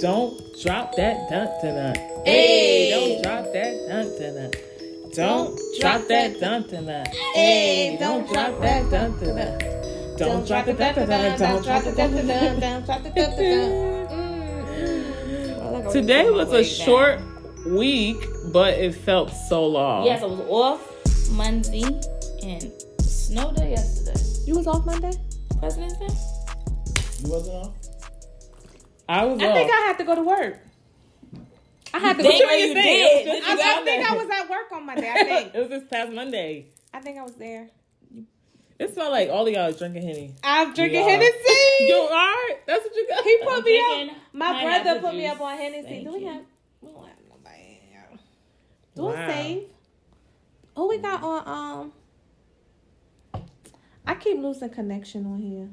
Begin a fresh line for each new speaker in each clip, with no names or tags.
Don't drop that dun dun dun.
Hey.
don't drop that dun dun dun. Don't drop that dun dun dun.
Hey,
don't drop that dun dun dun. Don't drop the dun dun dun. Don't drop the dun dun dun.
Don't drop the dun dun dun.
Today was a short week, but it felt so long.
Yes, I was off Monday and snow day yesterday.
You was off Monday?
President's Day?
You wasn't on?
I was
I think
off.
I had to go to work. I had to
Dang,
go
no, you did. Did you
I, I
go
think
there?
I was at work on Monday. I think.
it was this past Monday.
I think I was there.
It smelled like all of y'all was drinking henny.
I'm drinking
Yeah.
You
Hennessy.
are. That's what you got.
He put me up.
Drinking
My
pineapple
brother put me
juice.
up on Hennessy.
Thank
Do we
you.
have? We don't have nobody. Do wow.
Wow.
save? Who we got on? Um, I keep losing connection on here.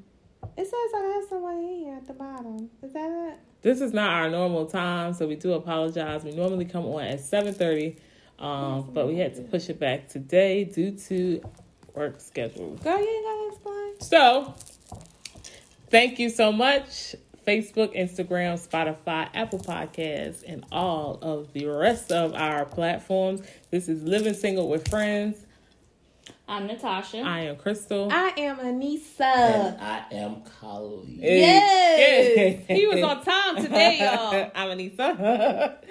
It says I have somebody in here at the bottom. Is that it?
this is not our normal time, so we do apologize. We normally come on at seven thirty, um, but we had to push it back today due to work schedule.
Girl, you ain't gotta explain.
So, thank you so much, Facebook, Instagram, Spotify, Apple Podcasts, and all of the rest of our platforms. This is Living Single with Friends.
I'm Natasha.
I am Crystal.
I am
And
Anissa.
Uh.
I am Kali.
Yes, he was on time today, y'all.
I'm Anissa.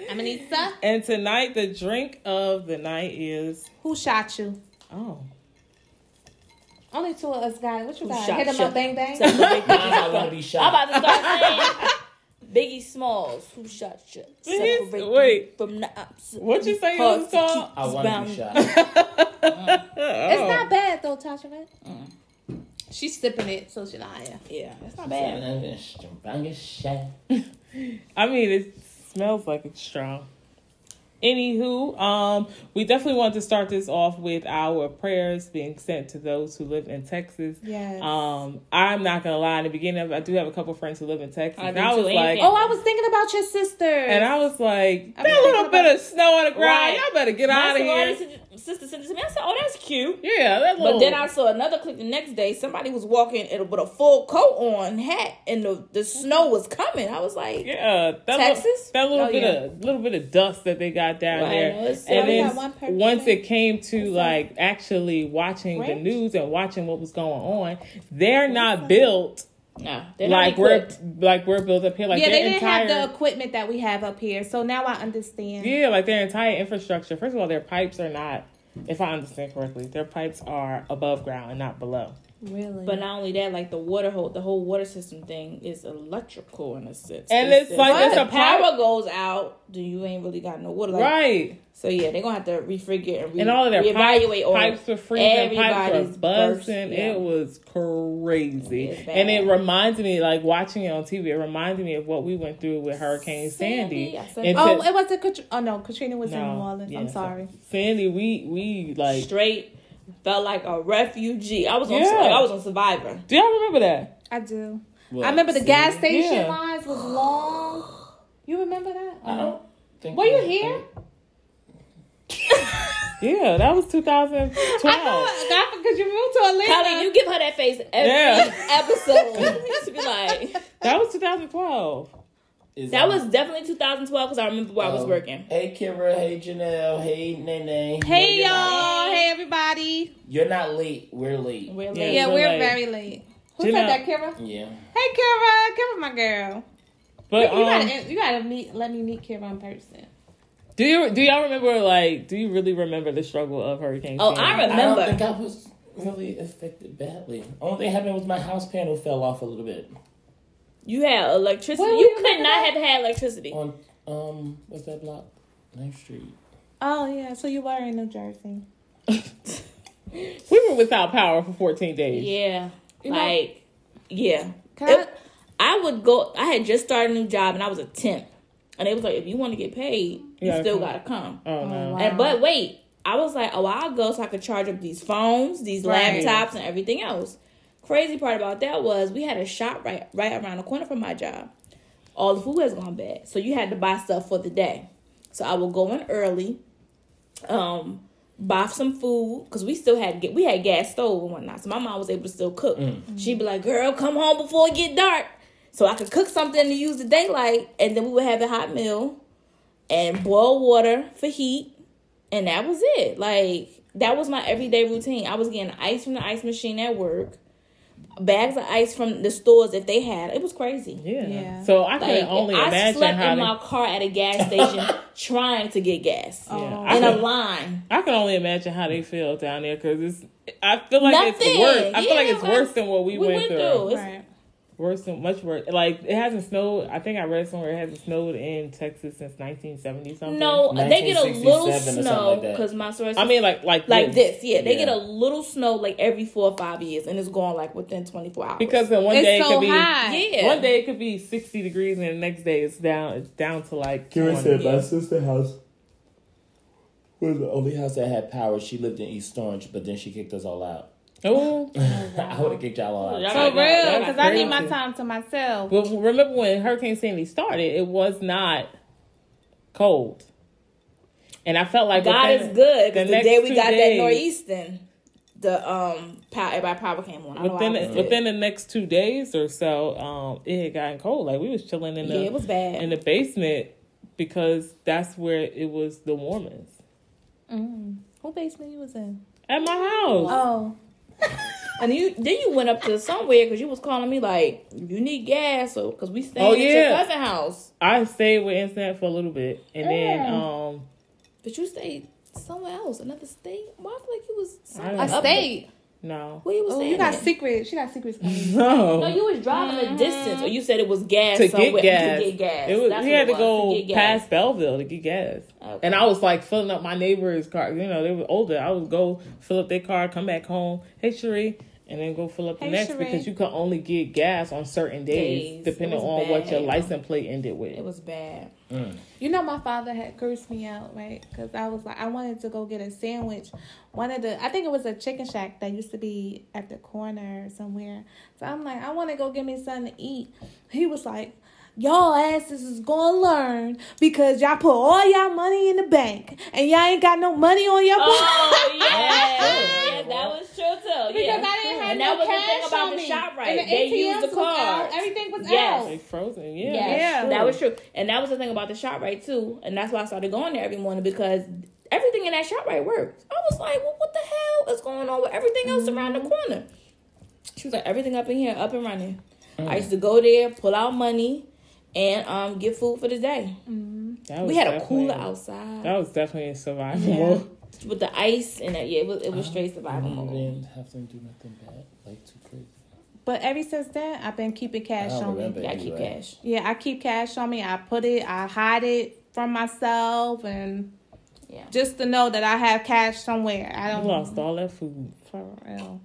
I'm Anissa.
and tonight, the drink of the night is
Who shot you?
oh.
Only two of us got it. What you
Who
got?
shot
Hit him
you?
up, bang bang.
Tell me the big-
Mine's not gonna be
I'm
shot.
about to start saying Biggie Smalls, who shot you?
This-
Separate me
wait.
from the ops.
What you say it
Hard
was
to keep
called?
I want to be
bound.
shot.
It's
Oh.
not bad though, Tasha. Man.
Mm.
She's sipping it, so she's not here.
Yeah, that's not
Bad.
bad.
I'm gonna sh- I'm gonna shot.
I mean, it smells like it's strong. Anywho, um, we definitely want to start this off with our prayers being sent to those who live in Texas.
Yes.
Um, I'm not gonna lie. In the beginning, I do have a couple friends who live in Texas.
I
and
do
I
too,
was
ain't
like,
it?
oh, I was thinking about your sister.
and I was like, that
I mean,
little
think
bit
about-
of snow on the ground,
Right.
y'all better get
My
out of here.
sorority si- sister sent it to me. I said, "Oh, that's cute."
Yeah, that little.
But then I saw another clip the next day. Somebody was walking in- with a full coat on, hat, and the, the snow was coming. I was like,
Yeah, that
Texas?
Little, that little
Oh,
bit
yeah.
of little bit of dust that they got down
Right.
there,
I know, it's-
and
We
then
got one per
once
person.
it came to
What's that?
like actually watching the
Ranch?
news and watching what was going on, they're not built
"No, they're not
like we're
equipped.
like we're built up here. Like
yeah,
their
they didn't
entire,
have the equipment that we have up here, so now I understand.
yeah, like their entire infrastructure. First of all, their pipes are not. If I understand correctly, their pipes are above ground and not below.
Really?
But not only that, like the water hole, the whole water system thing is electrical in a sense.
And it's like,
if
it's
the
a power-
power goes out, then you ain't really got no water. Like,
right,
So yeah, they're gonna have to refigure and, re-
and all of their pipes,
reevaluate all-
pipes were freezing, pipes
everybody's
were
burst,
busting.
yeah.
It was crazy,
It's bad.
and it reminded me, like watching it on TV, it reminded me of what we went through with Hurricane Sandy.
Sandy, I said
And
that.
oh,
to-
it was a Katr- oh no, Katrina was in
No,
New Orleans.
yeah,
I'm
so-
sorry.
Sandy, we we like.
straight felt like a refugee. I was on
Yeah.
like, I was on Survivor.
Do y'all remember that?
I do.
What,
I remember the gas
Sandy?
station
Yeah.
lines was long. You remember that?
I don't think.
Were you
we-
here?
Yeah, that was
I
2012.
thought not because you moved to Atlanta.
Kelly, you give her that face every
Yeah.
episode. You should be like,
That was 2012.
Is
that
it-
was definitely 2012 because I remember where I was
Um,
working.
Hey Kira, hey Janelle, hey
hey
Nene. No, you're not-
y'all, hey everybody.
You're not late. We're late.
We're
Yeah,
late.
Yeah,
we're
we're
late.
very late. Who
Janelle.
said that, Kira?
Yeah.
Hey Kira, Kira, my girl.
But
you,
um,
gotta, you gotta meet. Let me meet Kira in person.
do you do y'all remember like do you really remember the struggle of Hurricane?
Oh,
Sandy?
I remember.
I don't think I was really affected badly. Only thing happened was my house panel fell off a little bit.
You had electricity.
Where
you
we
could
were
not
at?
have had electricity.
On um what's that block? Ninth Street.
Oh yeah, so you were in New Jersey.
We were without power for 14 days.
Yeah,
You know-
like yeah.
Can
It- I would go. I had just started a new job and I was a temp, and they was like, if you want to get paid, you
Yeah,
still
come.
gotta come.
Oh no.
wow.
And but wait, I was like, oh, I'll go so I could charge up these phones, these
Right.
laptops, and everything else. Crazy part about that was we had a shop right right around the corner from my job. All the food has gone bad, so you had to buy stuff for the day. So I would go in early, um, buy some food because we still had ga- we had
Mm.
gas stove and whatnot. So my mom was able to still cook. She'd be like, "Girl, come home before it get dark." So I could cook something to use the daylight, and then we would have a hot meal and boil water for heat, and that was it. Like that was my everyday routine. I was getting ice from the ice machine at work, bags of ice from the stores if they had. It was crazy.
Yeah.
Yeah.
So I
Like
can only
I
imagine
slept
how
in
they-
my car at a gas station trying to get gas
Yeah.
Oh.
I
in a
can-
line.
I can only imagine how they feel down there because it's. I feel like it's
Nothing.
worse. I feel like
Yeah,
it's
like,
worse than what we,
we
went,
went
through.
through. It's-
Right.
Worse than much worse. Like it hasn't snowed. I think I read somewhere it hasn't snowed in Texas since 1970 something.
No, they get a little
1967 or something
snow
like that.
because my source.
I mean like like
like this, yeah. They
Yeah.
get a little snow like every four or five years, and it's gone like within twenty four hours.
because then one
it's
day it
so
could be
high.
yeah,
one day it could be 60 degrees and the next day it's down it's down to like.
Karen
20.
said my sister's house was the only house that had power. She lived in East Orange, but then she kicked us all out.
Oh,
I would have kicked y'all all
Y'all
out.
So
Like,
real,
that's
because I need my
crazy.
time to myself.
but remember when Hurricane Sandy started? It was not cold, and I felt like
God
within-
is good.
the
Because the,
next
day we
two
got that
days-
northeastern, the um power, everybody power came on. I
within
know I
the,
was
within the next two days or so, um, it had gotten cold. Like we was chilling in
dead.
the
yeah, it was bad.
in the basement because that's where it was the warmest
Mm. What basement you was in?
at my house.
Oh,
and you then you went up to somewhere because you was calling me like you need gas or because we staying
Oh,
at your
yeah.
cousin house,
I stayed with internet for a little bit, and then um,
but you stayed somewhere else, another state. Why I feel like you was
I
somewhere
don't
a
know.
up-
state.
no,
Where you was
Oh,
staying?
you got
at?
secrets. She got secrets. coming.
no,
No, you was driving a distance, or you said it was gas
To get
somewhere
gas.
to get gas.
it was
That's
we
what
had to
it
go
was, to get gas.
past Belleville to get gas.
Okay.
And I was like filling up my neighbor's car. You know, they were older. I would go fill up their car, come back home. Hey, Cherie. And then go fill up the
Hey,
next
Cherie.
because you can only get gas on certain days,
Days. It
depending
was
on what
bad.
your license plate ended with.
It was bad.
Mm.
You know, my father had cursed me out, right? Because I was like, I wanted to go get a sandwich. One of the, I think it was a chicken shack that used to be at the corner somewhere. So I'm like, I want to go get me something to eat. He was like, Y'all asses is gonna learn because y'all put all y'all money in the bank and y'all ain't got no money on your
Oh yeah,
yeah.
that was true too.
Because
Yeah,
I didn't have
and
no
that was the
cash
thing about
on
the E
me.
shop right.
And the
they
ATMs
used the
was out.
card.
Everything was
Yes.
out.
Like frozen, yeah.
Yeah,
Yeah.
that was true, and that was the thing about the shop right too, and that's why I started going there every morning because everything in that shop right worked. I was like, well, what the hell is going on with everything else around the corner? She was like, everything up in here, up and running.
Mm.
I used to go there, pull out money, and um, get food for the day.
Mm-hmm.
That was
We had a
definitely-
cooler outside
That was definitely a survival.
with the ice, and that, yeah, it was it was straight survival
Mm-hmm.
mode.
didn't have to do nothing bad, like too crazy.
But ever since then, I've been keeping
I
cash
don't
on me.
remember.
Yeah, I keep
Anyway.
cash.
Yeah, I keep cash on me. I put it, I hide it from myself, and
Yeah.
just to know that I have cash somewhere. I
I
don't
lost all that food.
for real.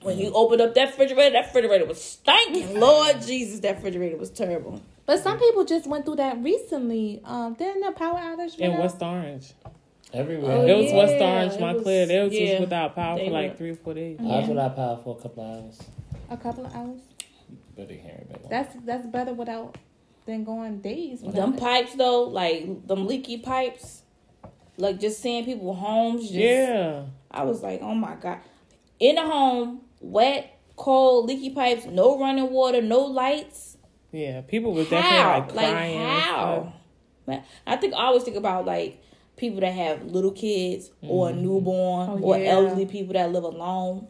When you opened up that refrigerator, that refrigerator was stinking. Lord
Mm.
Jesus, that refrigerator was terrible.
But some people just went through that recently. Um, didn't the power outage
In
went out?
West Orange.
Everywhere.
Oh,
It was
yeah.
West Orange,
it
Montclair.
was-
They was
yeah.
just without power
They
for
were-
like three or four days.
I was without power for a couple of hours.
a couple of hours?
But it can't remember.
That's that's better without than going days. Without
Them
it.
pipes though, like them leaky pipes, like just seeing people homes. Just,
Yeah.
I was like, oh my god, in a home, wet, cold, leaky pipes, no running water, no lights.
Yeah. People were
How?
definitely like
Like,
crying. and
how?
stuff.
Man, I think I always think about like people that have little kids or a
Mm-hmm.
newborn
Oh,
or
yeah.
elderly people that live alone.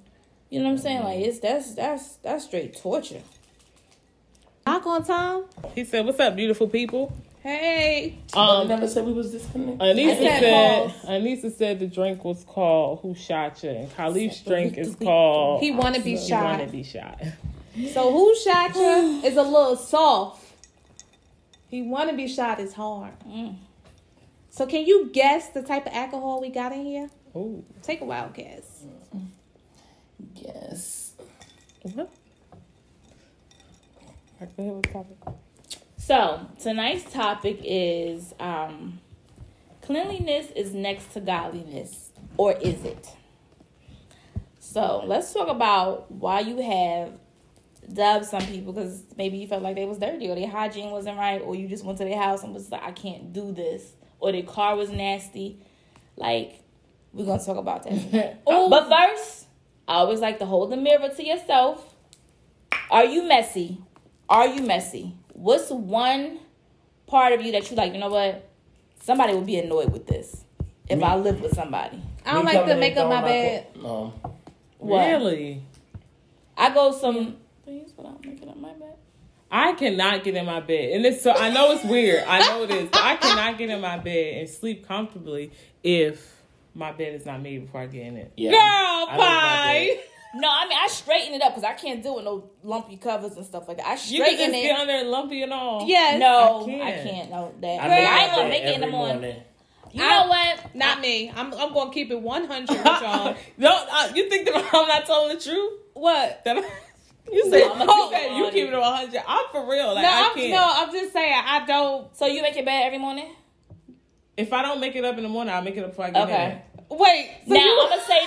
You know what I'm saying? Like
Mm-hmm.
it's that's that's that's straight torture.
knock on time.
He said, What's up, beautiful people?
Hey,
But
Um
they never said we was disconnected.
Anissa
I
said
said
Anissa said the drink was called Who Shot Ya? And Khalif's drink is called
he want to be
He Wanna
shot.
Be Shot.
So who shot you is a little soft. He want to be shot is hard.
Mm.
So can you guess the type of alcohol we got in here?
Ooh.
Take a wild guess.
Yes.
What? Uh-huh. I could have a topic.
So tonight's topic is um, cleanliness is next to godliness, or is it? So let's talk about why you have dubbed some people because maybe you felt like they was dirty or their hygiene wasn't right, or you just went to their house and was like, I can't do this, or their car was nasty. Like we're gonna talk about that. tonight. but first, I always like to hold the mirror to yourself Are you messy? Are you messy? What's one part of you that you like? You know what? Somebody would be annoyed with this if I lived with somebody.
I don't
Me
like
coming
to
in
make up my
throwing
bed.
co- um,
What?
Really?
I go some things without making up my bed.
I cannot get in my bed. And it's so I know it's weird. I know it is. But I cannot get in my bed and sleep comfortably if my bed is not made before I get in it.
yeah.
Girl,
I like my bed.
Bye.
No, I mean I straighten it up because I can't deal with no lumpy covers and stuff like that. I
You can
straighten
just
it.
get under and lumpy and all.
Yes.
No,
I
I
can't.
can't. No, that
I
I,
make
ain't
my
gonna
bed
make it in the
every
morning.
morning.
You know what?
Not me. I'm I'm gonna keep it 100 with
no,
y'all.
uh, you think that I'm not telling the truth?
what?
That I, you said,
I'm
you
not
said you
lying.
keep it 100. I'm for real. Like
no,
I
I'm,
can't.
no, I'm just saying I don't.
So you make your bed every morning?
If I don't make it up in the morning, I'll make it up before I get in.
Okay.
it.
Wait. So
now
you,
I'm gonna say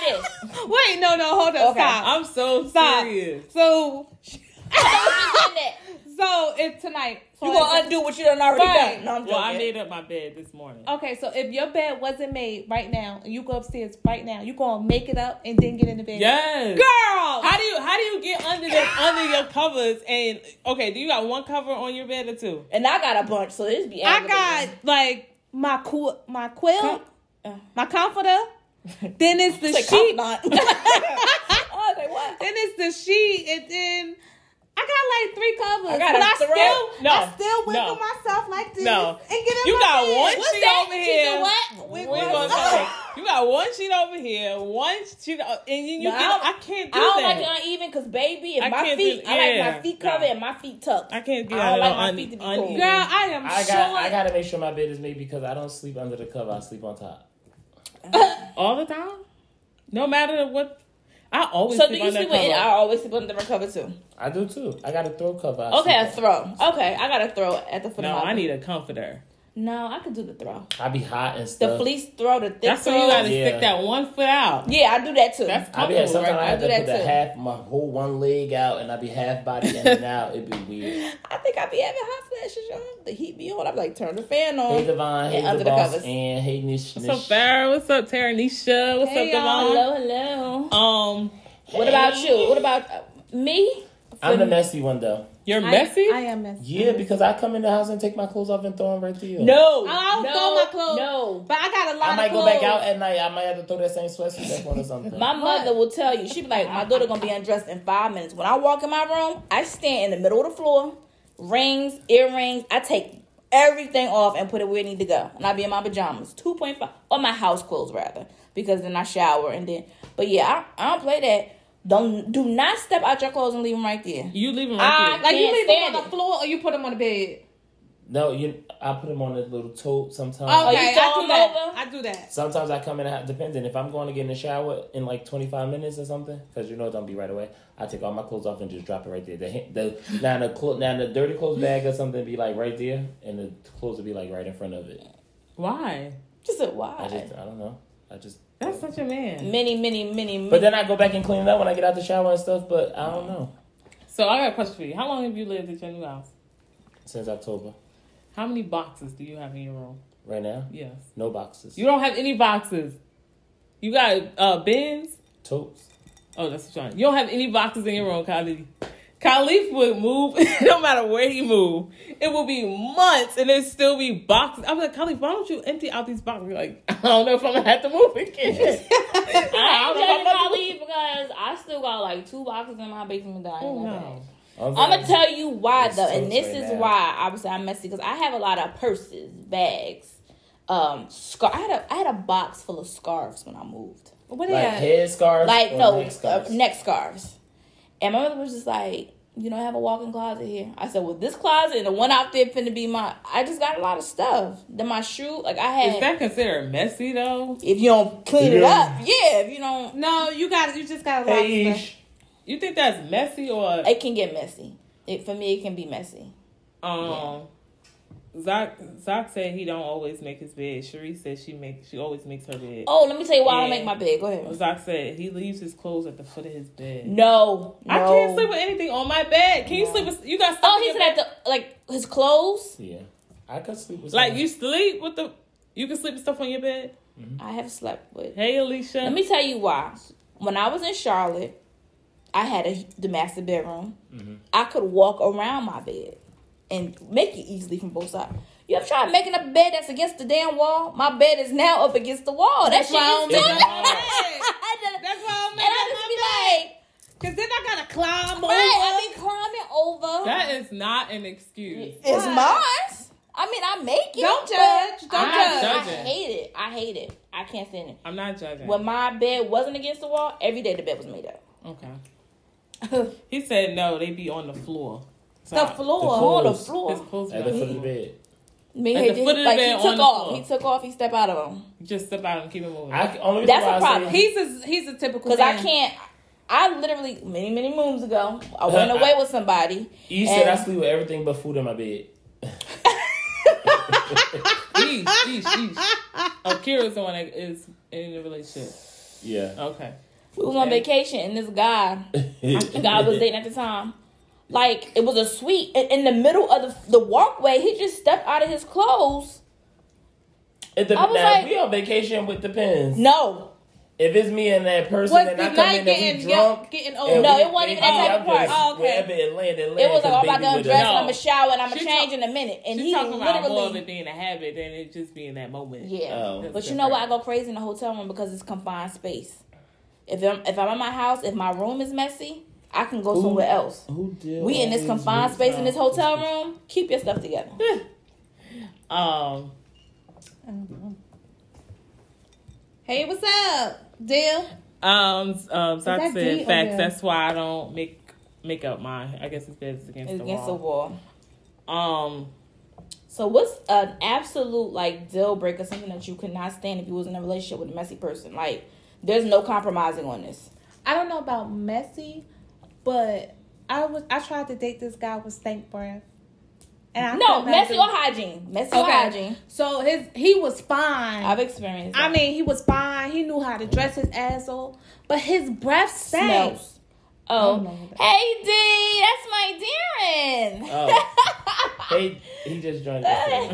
this.
wait. No, no. Hold up.
Okay.
Stop.
I'm so
Stop.
serious.
So
Don't be doing that.
so if tonight so
you
if-
gonna undo what you done already
Right.
done? No, I'm
Well, I
joking.
made up my bed this morning.
Okay, so if your bed wasn't made right now and you go upstairs right now, you gonna make it up and then get in the bed.
Yes.
Girl.
How do you how do you get under the, under your covers and okay? Do you got one cover on your bed or two?
and I got a bunch, so this be.
I got like my qu- my quilt,
Com- uh.
my comforter. Then it's the
like
sheet.
confidant. I was like, what?
Then it's the sheet, and then I got like three covers.
I got
but
a
I
throw.
still,
No,
I still
no,
wiggle myself like this
no.
and get in
You
my
got
bed.
one
What's
sheet
that?
over
She
here.
did what?
We
Wiggle
gonna
myself.
say, you got one sheet over here, one sheet, o- and you, you
No,
get,
I
I,
don't-
can't
I
do
don't
that.
like it uneven because baby, if
I
my
can't
feet,
do-
I like
yeah,
my feet covered
no.
and my feet tucked.
I can't get
I don't
out
like
of
my
un,
feet to be
un-
cold.
Girl, I am
I
sure.
got. I gotta make sure my bed is made because I don't sleep under the cover. I sleep on top.
all the time. No matter what, I always
So do
sleep
you
under
sleep
cover.
with? I always sleep under my cover too.
I do too. I got a throw cover. I
Okay, a
sleep
throw. Okay, I got a throw at the foot
no,
of my
I need a comforter.
No, I could do the throw.
on. I be hot and
The
stuff.
fleece throw, the thick
That's
throw.
why you gotta
Yeah.
stick that one foot out.
yeah, I do that too.
That's
I be at
comfortable,
sometimes I
right?
have
I do
to put
that
the
too.
half my whole one leg out and I be half body in and out. It'd be weird.
I think I be having hot flashes, y'all. The heat be on. I'm like, turn the fan
Hey
on.
Devon, hey
And under
the
the
boss,
covers.
and hey Nish.
What's up, Farrah? What's up, Taranisha? What's
Hey,
up,
y'all.
Devon?
Hello, hello.
Um,
What about you? What about uh, me?
I'm the messy one though.
you're
I-
messy.
I, am messy.
Yeah, because I come in the house and take my clothes off and throw them right to you.
no,
I don't
Mm-hmm. no,
throw my clothes.
No.
But I got a lot
I might
of
go
clothes.
back out at night. I might have to throw that same sweatshirt back on or something.
My mother will tell you. She be like, my daughter gonna be undressed in five minutes. When I walk in my room, I stand in the middle of the floor, rings, earrings. I take everything off and put it where it need to go, and I be in my pajamas, two point five, or my house clothes rather, because then I shower and then. But yeah, I, I don't play that. Don't do not step out your clothes and leave them right there.
you leaving
I-
right there.
Like you
Can't
leave them
stand
on
it.
the floor or you put them on the bed.
no, you. I put them on a little tote sometimes.
you
Okay,
throw
I do
them
that.
over?
I do that.
Sometimes I come in, I- depending if I'm going to get in the shower in like 25 minutes or something, because you know it don't be right away. I take all my clothes off and just drop it right there. The hand- the now the clo- now the dirty clothes bag or something be like right there, and the clothes will be like right in front of it.
Why?
Just a
I
why?
just I don't know. I just.
That's such a man.
Many, many, many, many.
But then I go back and clean it up when I get out the shower and stuff. But I don't know
So I got a question for you. How long have you lived at your new house?
since October.
How many boxes do you have in your room?
Right now,
Yes.
no boxes,
You don't have any boxes. You got uh bins.
totes.
Oh, that's what you're trying. You don't have any boxes in your room, Khalif. Khalif would move no matter where he moved. It will be months and it'll still be boxes. I'm like, Khalif, why don't you empty out these boxes? You're like, I don't know if I'm gonna have to move again.
I ain't
don't know if
judging
I'm about
my
to-
leave because I still got like two boxes in my basement that I ain't
Oh, no.
never had.
I'm
I'm gonna tell you why
It's
though,
so
and this
straight
is
now.
why obviously I'm messy because I have a lot of purses, bags, um, scarf. I had a I had a box full of scarves when I moved,
What
like head scarves,
like
or
no
neck scarves.
uh, neck scarves, and my mother was just like, you don't have a walk-in closet here. I said, well, this closet and the one out there finna be my. I just got a lot of stuff. Then my shoe, like I
Is
had.
that considered messy though?
If you don't clean it
Yeah.
up, yeah. If you don't,
No, you got you just got a lot
Hey,
of stuff.
Ish.
You think that's messy or
it can get messy. It for me, it can be messy.
Um, Zach Zach said he don't always make his bed. Cherie said she make she always makes her bed.
Oh, let me tell you why I don't
Yeah.
make my bed. Go ahead.
Zach said he leaves his clothes at the foot of his bed.
No,
I
no.
can't sleep with anything on my bed. Can you
No.
sleep with you got stuff?
Oh,
in
he
your
said
bed?
that the like his clothes.
Yeah, I could sleep with
like
someone.
you sleep with the you can sleep with stuff on your bed.
I have slept with.
Hey Alicia.
Let me tell you why. When I was in Charlotte, I had a the master bedroom.
Mm-hmm.
Mhm.
I could walk around my bed and make it easily from both sides. You ever tried making a bed that's against the damn wall? My bed is now up against the wall. That
That's
shit
why I
is
don't
doing
make
no
it.
That's why I'm
And I just be
Because
like,
then I gotta climb
right, I
over.
be climbing over.
That is not an excuse.
It's
Why?
mine. I mean, I make it.
Don't
but
judge, don't
I,
judge.
I hate it. I hate it. I can't stand it.
I'm not judging.
When my bed wasn't against the wall, every day the bed was made up.
Okay. he said no. They be on the floor. So
The
I-
floor,
The
on the
clothes.
His
floor.
clothes
At
be
the
on
foot of the bed.
Me,
At
he
the
did-
foot of the
like,
bed,
he
on
took
the
off.
floor.
He took off. He stepped out of them.
Just step out and keep it moving.
I, only reason
That's
why
a
I
problem.
Say,
He's a he's a typical.
Because I
man.
can't. I literally many many moons ago, I went away with somebody.
you said I
And-
sleep with everything but food in my bed.
Yeesh, yeesh, yeesh. Oh, Kira's the one that is in a relationship.
Yeah.
Okay.
We was on
Okay.
vacation, and this guy, guy I was dating at the time, like it was a suite in, in the middle of the, the walkway. He just stepped out of his clothes.
It dep-
I was
now,
like-
if we on vacation with the pins.
No,
If it's me and that person
Was
and
the
I come
night
in and
getting
we drunk.
getting
and
old?
No,
we
it wasn't even that type
thinking,
of
I'm
part.
just-
Oh, okay.
Wherever it landed,
it was like, oh, I'm about
baby
to
with
undress
us.
and I'm gonna shower and I'm gonna
She
change
talk-
in a minute. And
She's
he
talking about more of
literally,
it being a habit than it just being that moment.
yeah.
Oh.
But you know what? I go crazy in the hotel room because it's confined space. If I'm if I'm in my house, if my room is messy, I can go
Ooh.
somewhere else.
Who did
We in this confined space in this hotel room. Keep your stuff together.
Um,
Hey, what's up, Dale?
um, um, so I
that
said
D or
facts.
no?
That's why I don't make make up mine. I guess it's best against,
It's
the,
against the
wall.
wall.
Um,
So what's an absolute like deal breaker? Something that you could not stand if you was in a relationship with a messy person. Like there's no compromising on this.
I don't know about messy, but I was I tried to date this guy with stank breath. And I
No
could not
messy
do-
or hygiene. Messy or
Okay.
hygiene.
So his he was fine.
I've experienced.
I
that.
mean, he was fine. He knew how to dress his asshole, but his breath stank.
smells. Oh,
don't know what
hey D, that's my Darren.
Oh. Hey, he just drank. this thing.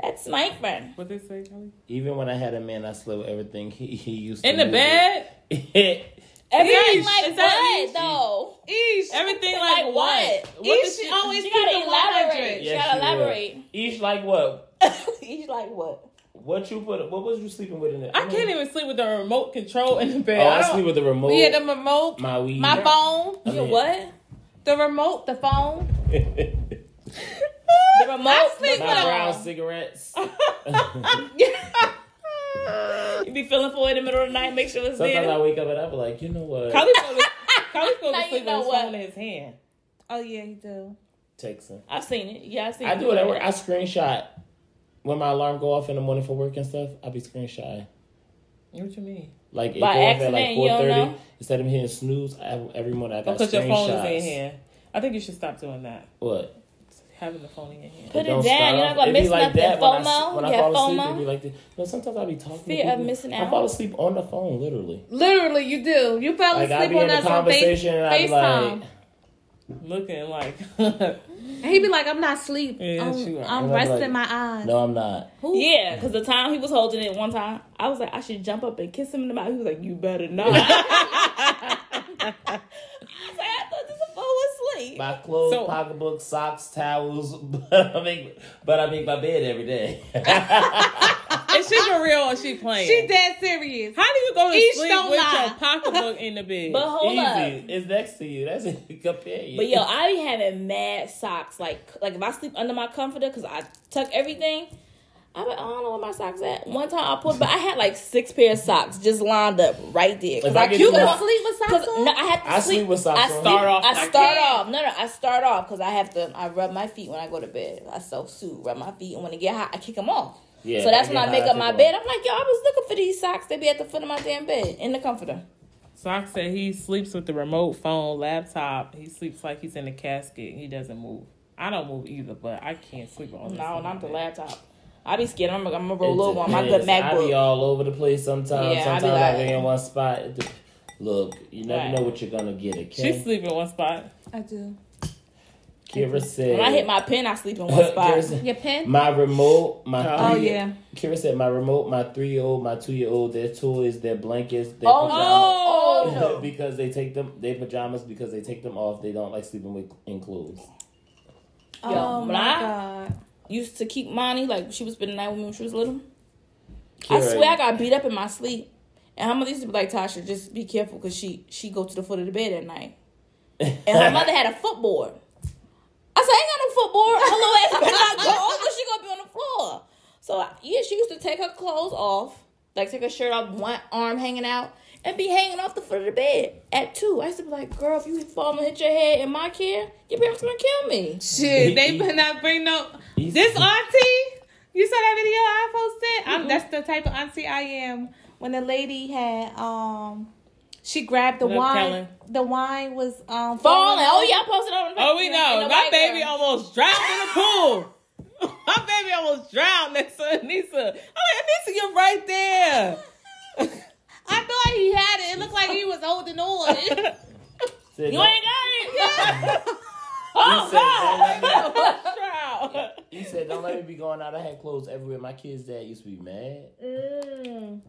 that's my friend.
what they say, Kelly?
Even when I had a man, I slept with everything he, he used to
In the
do.
bed,
Everything
Yeesh.
like
Is that
what though?
Eesh.
everything like,
Like what?
what? What
Eesh,
does she-
always
She
keep
gotta
it 100.
elaborate.
Yes,
she gotta
she will.
elaborate.
Each like what?
He's like what?
What you put? What was you sleeping with in the?
I can't even sleep with the remote control in the bed.
Oh,
I
I
don't-
sleep with the remote.
Yeah, the remote,
my weed.
my phone,
I
You
mean-
what?
the remote, the phone.
The remote.
I sleep
the
my
with
remote.
brown cigarettes.
You be feeling for it in the middle of the night. Make sure it's
Oh. Sometimes I
there.
wake up and I be like, you know what?
Kylie's supposed to- Kylie's supposed to
Now you
sleep with
know
his
what.
phone in his hand.
oh yeah, he do.
Texting.
I've seen it. Yeah, I've seen
I
it.
do it at work. I screenshot when my alarm go off in the morning for work and stuff. I be screenshotting.
What you mean?
Like it
By
go off at
accident,
like
you
four
don't
thirty.
know?
Instead of hitting snooze, I, every morning I got
Because your
screenshots.
phone is in your hand. I think you should stop doing that.
What?
Having the phone in your hand.
Put it
don't
down.
start
You're not
off-
gonna
it be
miss
like
nothing.
that when I s-
FOMO.
When I,
you have
fall asleep, it be
FOMO.
like this. No, sometimes I be talking.
Fear
to
of
people.
missing
I
out.
fall asleep on the phone, literally.
Literally, you do. You fell
Like I
asleep
be
on
in a
us on face,
conversation and I be
FaceTime.
like,
Looking like
And he be like, "I'm not asleep.
Yeah, she
I'm,
right.
I'm
I'm
not
resting
like-
my eyes."
no, I'm not.
Who?
Yeah, because the time he was holding it one time, I was like, I should jump up and kiss him in the mouth. He was like, You better not. I was like, I thought this fool was asleep.
My clothes,
So-
pocketbook, socks, towels, but I make, but I make my bed every day.
Is she for real or she playing?
She dead serious.
How do you go to
Each
sleep
don't
with
lie.
your pocketbook in the bed?
But hold up.
Easy, it's next to you. That's it. Compare you.
But yo, I be having mad socks. Like, like if I sleep under my comforter because I tuck everything, I be, I don't know where my socks at. One time I pulled, but I had like six pair of socks just lined up right there. Cause
If I
I,
get
keep
to my-
on-
Sleep with
Cause
socks on?
no, I have to
I
sleep.
sleep with socks
I
on.
sleep-
Start off
I
like
start
that.
off. No, no, I start off because I have to. I rub my feet when I go to bed. I self soothe, rub my feet, and when it get hot, I kick them off.
Yeah,
so that's
I
when I
get
make
how
up
I
my
feel
bed.
about
I'm like, yo, I was looking for these socks. They be at the foot of my damn bed in the comforter.
Sock said he sleeps with the remote phone, laptop. He sleeps like he's in a casket. He doesn't move. I don't move either, but I can't sleep on. this
No,
thing.
not the laptop. I be scared. I'm, I'm gonna
It
roll over on my good
depends. I be
MacBook.
all over the place sometimes.
Yeah, I be
sometimes I be
like-
in one spot. It dep- Look, you never
Right.
know what you're gonna get. Okay.
She sleep in one spot.
I do.
Kira said.
When I hit my pen, I sleep in one
Kira
spot.
said,
Your pen?
my remote, my
Oh,
three-
yeah.
Kira said my remote, my three year old, my two year old, their toys, their blankets, their
Oh,
pajamas.
no. Oh, no.
because they take them, their pajamas because they take them off. They don't like sleeping with in clothes.
oh
when
my
I-
god.
Used to keep Monty, like, she was spending the night with me when she was little. I
Kira-
swear I got beat up in my sleep. And her mother used to be like, Tasha, just be careful because she, she go to the foot of the bed at night. And her mother had a footboard. I said, I ain't got no footboard. Her little ass better not go over. She gonna be on the floor. So yeah, she used to take her clothes off, like take her shirt off, one arm hanging out, and be hanging off the foot of the bed at two. I used to be like, girl, if you fall and hit your head in my care, your parents gonna kill me.
He-
Shit, they
he-
better not bring no.
he-
This auntie, you saw that video I posted. I'm
Mm-hmm.
that's the type of auntie I am. When the lady had um, she grabbed the
Lip
wine.
telling.
The wine was um
Falling. Oh yeah, I posted on.
Oh, we know.
And
My
nobody-
baby almost drowned in the pool. My baby almost drowned next to Anissa. I'm like, Anissa, you're right there.
I thought he had it. It looked like he was holding on.
Oh,
said,
You
no.
ain't got it. Oh,
He said,
My
"Don't
baby
let me-"
almost drowned.
He said, "Don't let me be going out. I had clothes everywhere. My kids' dad used to be mad."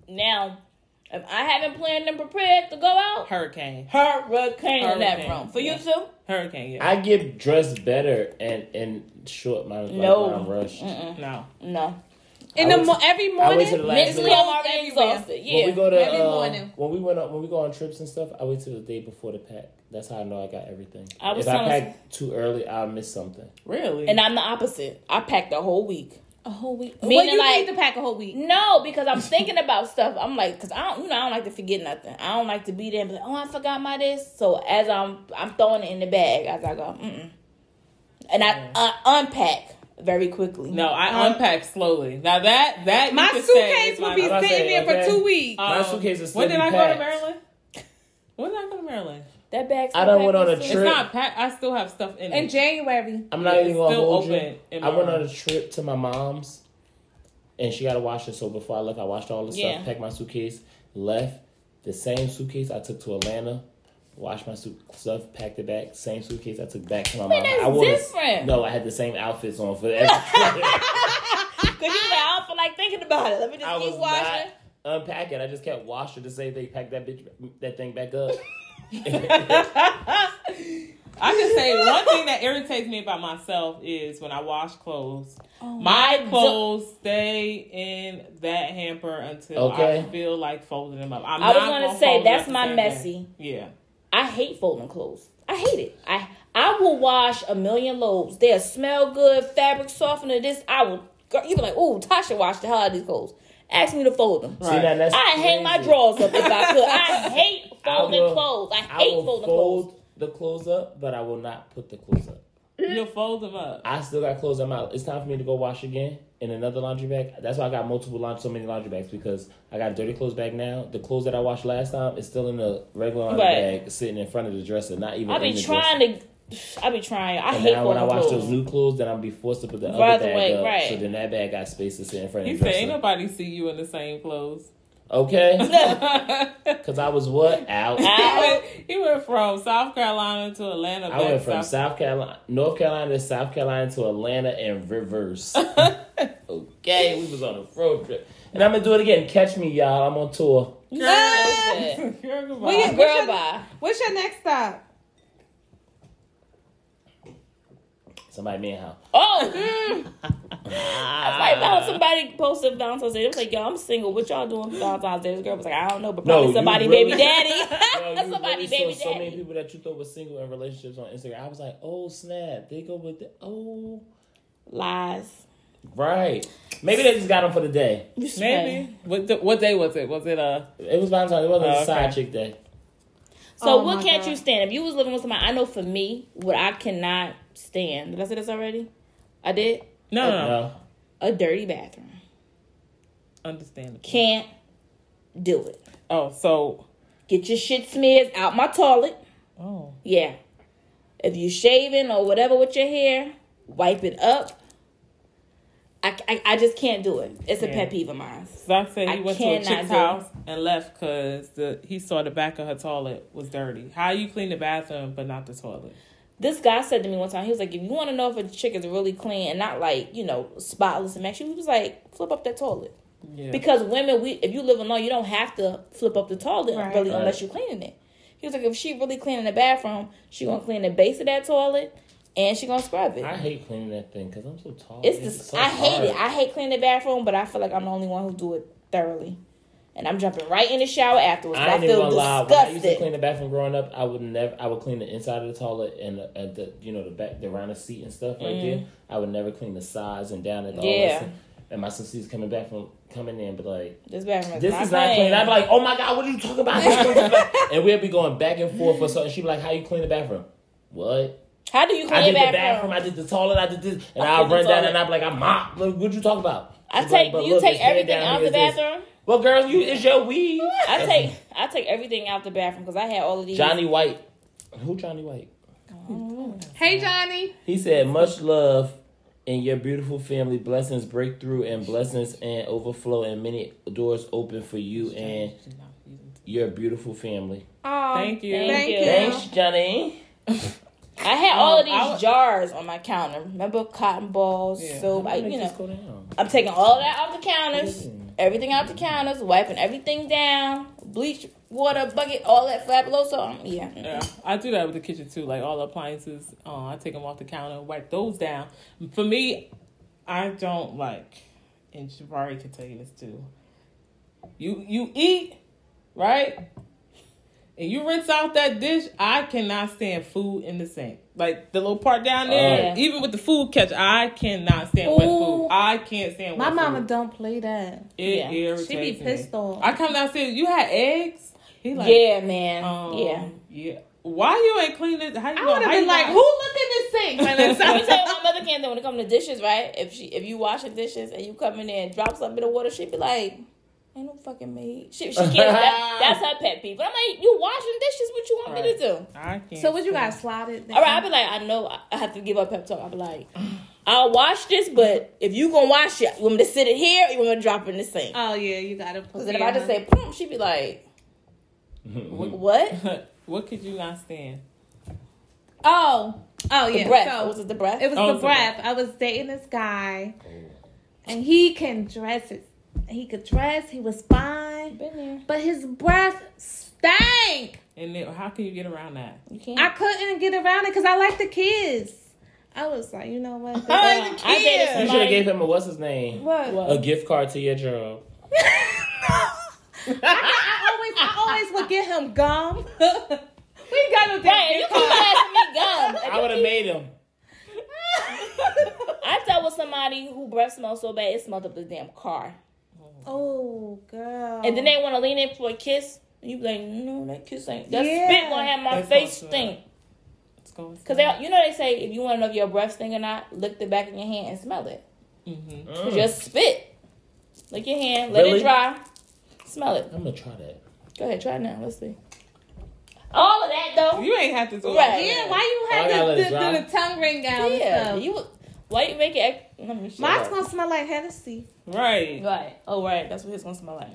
now, if I haven't planned and prepared to go out,
Hurricane.
hurricane, in that
Hurricane.
room for you
Yeah.
too.
Hurricane, yeah.
I get dressed better and and short. My like,
No.
when I'm rushed.
Mm-mm.
no.
No.
In
I
the
went
mo- every
I went to
morning.
the last
Mentally,
minute.
I'm already
Everywhere.
exhausted.
When
Yeah.
we go to
every
uh,
morning.
when we went on, when we go on trips and stuff, I wait till the day before the pack. That's how I know I got everything.
I was
if I
telling-
pack too early, I'll miss something.
Really?
And I'm the opposite. I packed the whole week.
a whole week.
Meaning
Well, you
like-
need to pack a whole week.
No, because I'm thinking about stuff. I'm like, because I don't, you know, I don't like to forget nothing. I don't like to be there and be like, oh, I forgot my this. So as I'm, I'm throwing it in the bag as I go, mm and I uh, unpack very quickly.
no, I
Uh,
unpack slowly. Now that that you
My
could say
suitcase
is
will
my-
be
I
sitting
say,
there
okay.
for two weeks.
My
Um,
suitcase is
When
still
did I
be
go to
packed.
Maryland? When did I go to Maryland?
that bag.
I done went on a
It's
Trip.
not packed. I still have stuff in
In
it.
January.
I'm not
Yeah,
even
it's
gonna
still
hold you.
open in
I went on
um,
Maryland.
a trip to my mom's, and she got a washer. So before I left, I washed all the
Yeah.
stuff, packed my suitcase, left. The same suitcase I took to Atlanta, washed my suit stuff, packed it back. Same suitcase I took back to my mom.
that's
I wore the-
different.
No, I had the same outfits on for every trip.
Cause you like, I don't feel like thinking about it. Let me just
I was
keep washing.
not unpacking. I just kept washing the same thing, packed that bitch, that thing back up.
I can say one thing that irritates me about myself is when I wash clothes.
Oh
My clothes stay in that hamper until
Okay.
I feel like folding them up. I'm
I was
not
gonna
gonna
say,
fold it
that's
up the
my
same day.
messy.
Yeah.
I hate folding clothes. I hate it. I I will wash a million loads. They'll smell good, fabric softener. This I will. Girl, you be like, ooh, Tasha washed the hell out of these clothes. Ask me to fold them.
Right.
now, that's
I hang my
crazy.
drawers up if I could. I hate folding
I will-
clothes. I
I
hate
will
folding clothes.
fold the clothes up, but I will not put the clothes up.
You'll fold them up.
I still got clothes I'm out. It's time for me to go wash again in another laundry bag. That's why I got multiple laundry, so many laundry bags because I got a dirty clothes bag now. The clothes that I washed last time is still in the regular laundry
Right.
bag, sitting in front of the dresser, not even.
I be
in the
trying
dresser.
to. I be trying. I
And
hate
then when
folding
I wash
clothes.
those new clothes, then I'll be forced to put the
Right
other
the
bag
way,
up.
right.
So then that bag got space to sit in front
He
of
said,
the
"Ain't
dresser.
nobody see you in the same clothes."
Okay,
he,
because I was what out.
went, he went from South Carolina to Atlanta.
I
back
went from
south-
South Carolina, North Carolina to South Carolina to Atlanta and reverse. okay, we was on a road trip, and I'm gonna do it again. Catch me, y'all. I'm on tour.
Listen.
Girl, goodbye.
Well, yeah.
Girl, bye.
What's your next stop?
Somebody me and how.
Oh. I was like, no, somebody posted Valentine's Day. It was like, yo, I'm single. What y'all doing for Valentine's Day? This girl was like, I don't know, but
No,
probably
you
somebody
really-
baby daddy.
Yo, you
somebody
really
baby
saw so
daddy.
many people that you thought was single in relationships on Instagram. I was like, oh snap, they go with the oh
Lies.
right. Maybe they just got them for the day.
Maybe. What, d what day was it? Was it uh?
It was Valentine's. It wasn't
Oh,
a side
okay.
chick day.
So
Oh
what
my
can't
God.
you stand? If you was living with somebody, I know for me, what I cannot stand. Did I say this already? I did.
No, no, no.
No,
A dirty bathroom.
Understandable.
Can't do it.
Oh, so
Get your shit smears out my toilet.
oh,
Yeah. If you shaving or whatever with your hair, wipe it up. I, I, I just can't do it. It's a
Yeah.
pet peeve of mine.
so I said he
I
went to a
cannot
chick's
do it.
house and left because the he saw the back of her toilet was dirty. How you clean the bathroom but not the toilet?
This guy said to me one time, he was like, if you want to know if a chicken's really clean and not like, you know, spotless and actually, he was like, flip up that toilet.
Yeah.
Because women, we if you live alone, you don't have to flip up the toilet
Right.
really
Right.
unless you're cleaning it. He was like, if she really cleaning the bathroom, she gonna clean the base of that toilet and she gonna scrub it.
I hate cleaning that thing because I'm so tall.
it's just
Oh, so
I hate it.
hard.
I hate cleaning the bathroom, but I feel like I'm the only one who do it thoroughly. And I'm jumping right in the shower afterwards.
I
I,
ain't even
feel
gonna lie. When I used to clean
disgusted.
the bathroom growing up, I would never. I would clean the inside of the toilet and the, uh, the you know the back, the round of seat and stuff right there. I would never clean the sides and down at the
Mm-hmm. Yeah.
yeah. And my sister's coming back from coming in, but like.
This bathroom is
This
not
is not
clean.
clean. I'd be like, oh my God, what are you talking about? and we'd be going back and forth for something. She'd be like, how you clean the bathroom? What?
How do you
I
clean your
did the
bathroom?
bathroom, I did the toilet, I did this. And
I
I'll
did the
run down
toilet.
and I'd be like, I mop. Look, what you talking about?
I
She's like,
take
"But
you
look,
take
it's laying
everything
down
out
here,
the
it's this."
bathroom.
Well, girl, you it's your weed.
I take I take everything out the bathroom because I had all of these.
Johnny White. Who Johnny White?
Hey, Johnny.
He said, much love in your beautiful family. Blessings break through and blessings and overflow and many doors open for you and your beautiful family.
Oh,
Thank you.
Thank
Thank
you.
you.
Thanks, Johnny.
I had all of
Um, I
these
would-
jars on my counter. Remember cotton balls,
Yeah.
soap. I,
Make
you
this
know,
go down.
I'm taking all that off the counters,
Mm.
everything out the counters, wiping everything down, bleach, water bucket, all that flap low. So um, yeah.
Yeah, I do that with the kitchen too. Like all the appliances, uh, I take them off the counter and wipe those down. For me, I don't like, and Shavari can tell you this too. You you eat, right? And you rinse out that dish. I cannot stand food in the sink. Like the little part down there,
Oh.
Yeah.
even with the food catch, I cannot stand wet food.
Ooh.
I can't stand
My
wet
mama
food.
don't play that.
It
Yeah. She be
irritates
She be
me.
pissed off.
I come downstairs. You had eggs. He
yeah, man.
um,
yeah.
Yeah. Why you ain't clean it? How you
I
gonna-
would have
how you
been like,
gonna-
who looked in this sink? Like, that's
Let me
something-
tell you what my mother can't do when it comes to dishes, right? If she if you washing dishes and you come in there and drop something in the water, she be like, Ain't no fucking maid. She, she can't that, that's her pet peeve. But I'm like, you washing dishes, what you want me to
Right.
do?
I can't.
so what you got
stand-
slotted?
All right, I'll be like, I know I- I have to give up pep talk. I'll be like, I'll wash this, but if you gonna wash it, you want me to sit it here or you want me to drop it in the sink?
Oh yeah, you gotta put.
Because if I just say boom, she be like,
Mm.
What?
what could you not stand?
oh, oh
The
yeah.
breath.
So
was it the breath?
it was
Oh,
the
it's the
breath. I was dating this guy, and he can dress it. He could dress. He was fine,
been there.
but his breath stank.
And then how can you get around that?
You can't.
I couldn't get around it because I like the kids. I was like, you know what?
I like the
I dated
kids.
You should have gave him a what's his name?
What?
A gift card to your job.
I always, I always would get him gum. we got no
Right, you
damn
keep asking me gum. If
I
you
would have
keep-
made him.
I dealt with somebody who breath smelled so bad it smelled up the damn car.
Oh, girl.
And then they want to lean in for a kiss. You be like, no, that kiss ain't. That
Yeah.
spit gonna have my
That's
face
awesome.
stink.
Let's go.
Cause they, you know they say if you want to know if your breath stink or not, lick the back of your hand and smell it.
Mm-hmm.
Just
Mm.
spit. Lick your hand, let
Really?
it dry, smell it.
I'm gonna try that.
Go ahead, try it now. Let's see. All of that though.
You ain't have to do
Right.
it.
yeah, why you
Oh, I gotta
had
let
the, the,
it dry.
the, tongue ring out?
yeah.
Yeah.
You. Why you make it? act- Let me show
Mine's
you.
gonna smell like Hennessy.
Right.
Right. Oh, right. That's what it's gonna smell like.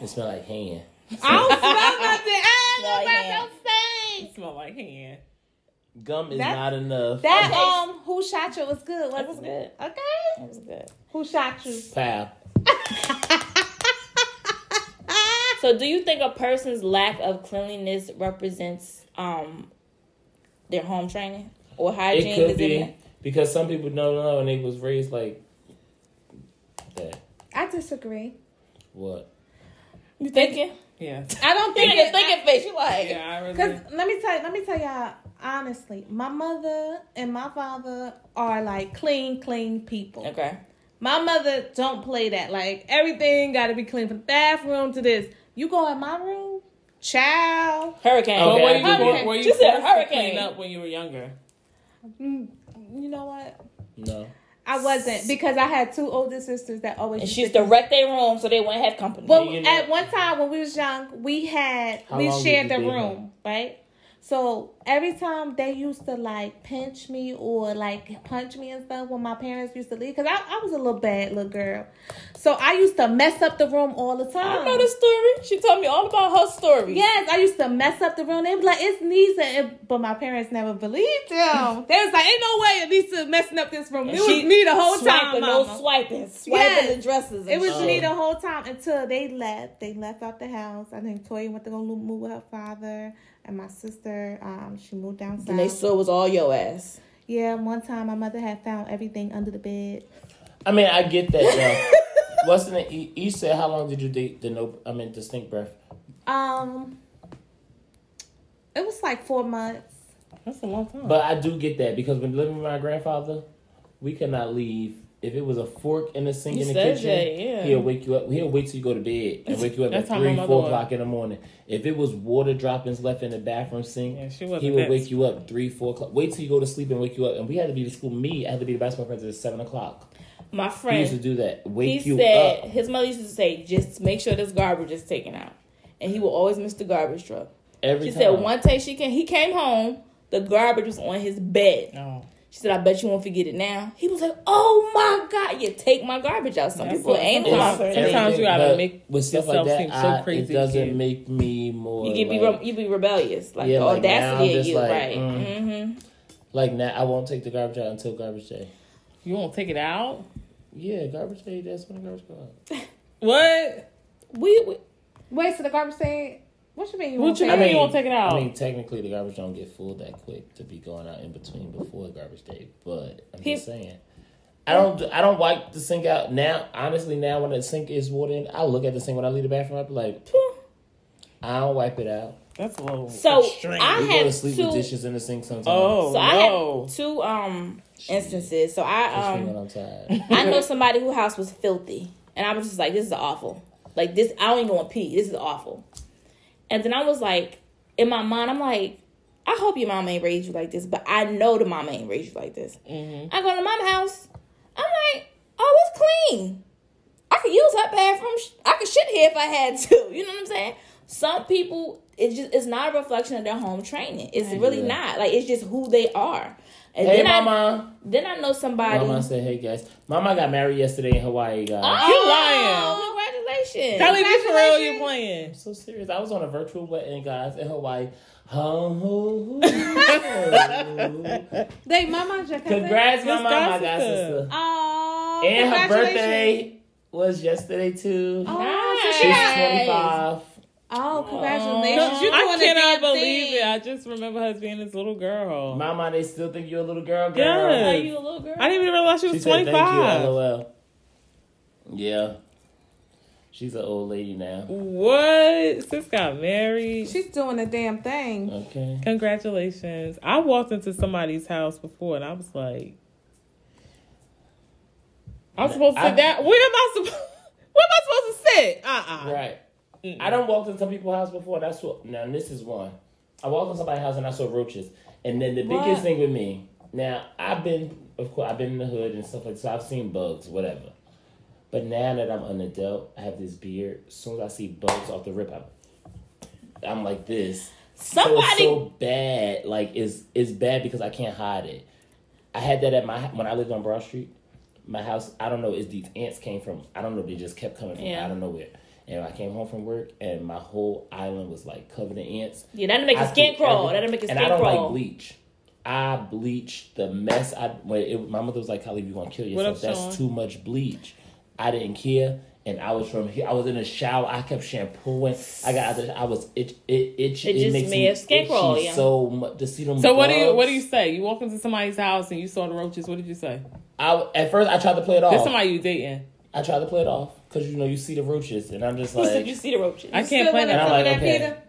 It smell like hand.
I don't smell nothing. I
Smell like
don't
hand.
smell no
You
stink.
smell like hand.
Gum is
That-
not enough.
That
Okay.
um, who shot you was good.
That
Wasn't
was
it?
good.
Okay.
That was good.
Who shot you?
Pal.
So, do you think a person's lack of cleanliness represents um their home training or hygiene?
It could
Is
be because some people don't know and they was raised like that.
I disagree.
What?
you thinking?
Yeah.
I don't think
Thinking,
it.
thinking face. You like?
Yeah, I
Cause
really.
let me tell you, let me tell y'all honestly, my mother and my father are like clean, clean people.
Okay.
My mother don't play that. Like everything got to be clean from the bathroom to this. You go in my room, child.
Hurricane.
But
Okay.
were you,
Okay.
were, were you
She said
forced to
hurricane.
clean up when you were younger?
Mm, You know what?
No.
I wasn't because I had two older sisters that always.
And
used
she's
to-
to wreck their room so they wouldn't have company.
Well,
You know-
at one time when we was young, we had
How
we
long
shared
did
the
you
room,
date her?
right? So every time they used to like pinch me or like punch me and stuff when my parents used to leave, because I, I was a little bad little girl. So I used to mess up the room all the time.
I know the story. She told me all about her story.
Yes, I used to mess up the room. They would be like, it's Nisa. It- but my parents never believed them. They was like, ain't no way Nisa messing up this room. It was
She
me the whole
swiping,
time,
no
mama.
swiping, swiping
Yes.
the dresses. And
It was
shit.
me
Oh.
the whole time until they left. They left out the house. I think Toya went to go lo- move with her father and my sister. Um, she moved down
And they
south.
saw it was all your ass.
yeah, one time my mother had found everything under the bed.
I mean, I get that though. What's in the E? E said, how long did you date the no? I mean, the stink breath.
Um, it was like four months.
That's a long time.
But I do get that because when living with my grandfather, we could not leave. If it was a fork and a sink
You
in the
said
kitchen,
that, yeah.
he'll wake you up. He'll wait till you go to bed and wake you up at
That's how my
three,
mother
four
was.
o'clock in the morning. If it was water droppings left in the bathroom sink,
Yeah, she wasn't
he would
that-
wake you up three, four o'clock. Wait till you go to sleep and wake you up. And we had to be to school. Me, I had to be the basketball president at seven o'clock.
My
He
friend,
used to do that.
he
Wake you
said
up.
his mother used to say, "Just make sure this garbage is taken out," and he will always miss the garbage truck.
Every
She
time.
said one day she came, he came home, the garbage was on his bed.
Oh,
She said, "I bet you won't forget it now." He was like, "Oh my god, you take my garbage out." Some
That's
people
what-
ain't
sometimes-
allowed. to
sometimes
take-
you gotta
but
make
with stuff
yourself
like that,
seem so
I-
crazy
It doesn't
again.
make me more.
You can be
like-
re- you be rebellious, like
Yeah,
the
like, now I'm
audacity of
just
you,
like,
right?
mm.
hmm
Like now, I won't take the garbage out until garbage day.
you won't take it out?
Yeah, garbage day. That's when the garbage go out.
What?
We, we
Wait, so the garbage said, "What you mean? You
What
won't
you
pay?"
mean? you won't take it
Oh.
out?
I mean, technically, the garbage don't get full that quick to be going out in between before garbage day. But I'm
Peop-
just saying, I don't. I don't wipe the sink out now. Honestly, now when the sink is water in, I look at the sink when I leave the bathroom. I be like, "Phew." I don't wipe it out.
That's a little
So,
extreme.
I-
We go
had
to sleep
two-
with dishes in the sink sometimes.
oh,
so I
no.
had two um instances. So I
Especially
um
when I'm tired.
I know somebody whose house was filthy, and I was just like, "This is awful. Like this, I don't even want to pee. This is awful." And then I was like, in my mind, I'm like, "I hope your mama ain't raised you like this, but I know the mama ain't raised you like this."
Mm-hmm.
I go to mom's house. I'm like, "Oh, it's clean. I could use her bathroom. Sh- I could shit here if I had to." You know what I'm saying? Some people, it just it's not a reflection of their home training. It's really
Yeah.
not. Like it's just who they are. And
hey,
then
mama.
I then I know somebody.
Mama said, "Hey guys, Mama got married yesterday in Hawaii, guys."
Ah. Oh, Congratulations.
Kelly, this for real you're playing.
I'm so serious. I was on a virtual wedding, guys, in Hawaii. Congrats,
They, my mom's your cousin.
my
Miss
mom, my
God
god
sister.
sister.
Oh,
And her
congratulations.
birthday was yesterday too.
Oh, so
Nice.
she
She's
got-
twenty five.
oh congratulations! You
I
doing a
cannot
damn
believe
thing.
it. I just remember her as being this little girl.
Mama, they still think you're a little girl, girl.
Yes.
Are you a little girl?
Oh. I didn't even realize she
She
was
said,
twenty
"Thank you,
five.
lol." Yeah, she's an old lady now.
What? Sis got married.
She's doing a damn thing.
Okay.
Congratulations. I walked into somebody's house before and I was like, I'm supposed to sit
I-
down. Where am I supposed where am I supposed to sit? Uh uh
Right. I don't walked into some people's house before. That's what. Now this is one. I walked into somebody's house and I saw roaches. And then the biggest thing with me. Now I've been, of course, I've been in the hood and stuff like so. I've seen bugs, whatever. But now that I'm an adult, I have this beard. As soon as I see bugs off the rip, I'm, I'm like this. So it's
Somebody
so bad. Like it's it's bad because I can't hide it. I had that at my when I lived on Broad Street. My house, I don't know, is these ants came from. I don't know. They just kept coming from.
Yeah.
I don't know where. And I came home from work, and my whole island was like covered in ants.
Yeah, that'll make
I
your skin
threw
crawl.
every-
That'll make your
and
skin
I don't
crawl.
like bleach. I bleached the mess. I when it, my mother was like, "Holly, you gonna kill
What
yourself?
up,
That's
Sean?
too much bleach." I didn't care, and I was from here. I was in the shower. I kept shampooing. I got. out the- I was itch. It itch.
It just
makes
made
me
your skin
itchy
crawl, yeah.
So much to see them.
So what do you
bugs.
what do you say? You walk into somebody's house and you saw the roaches, what did you say?
I at first I tried to play it
That's
off.
somebody you dating.
I tried to play it off because you know you see the roaches, and I'm just
Who said you
like.
see the roaches?
I can't
You still
play that.
wanna
And I'm
tell
like,
that,
okay.
Peter?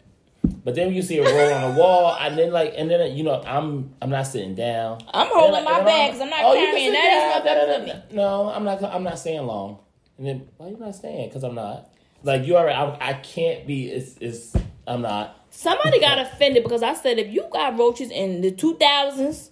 But then you see it roll on the wall, and then like, and then you know I'm I'm not sitting down.
I'm
And
holding
then-
my
and then
bag because I'm not
"Oh, you can
carrying
sit
that.
down, da, da, da, da." No, I'm not. I'm not staying long. And then why you not staying? Because I'm not. Like you already. I, I can't be. It's. It's. I'm not.
Somebody got offended because I said if you got roaches in the 2000s,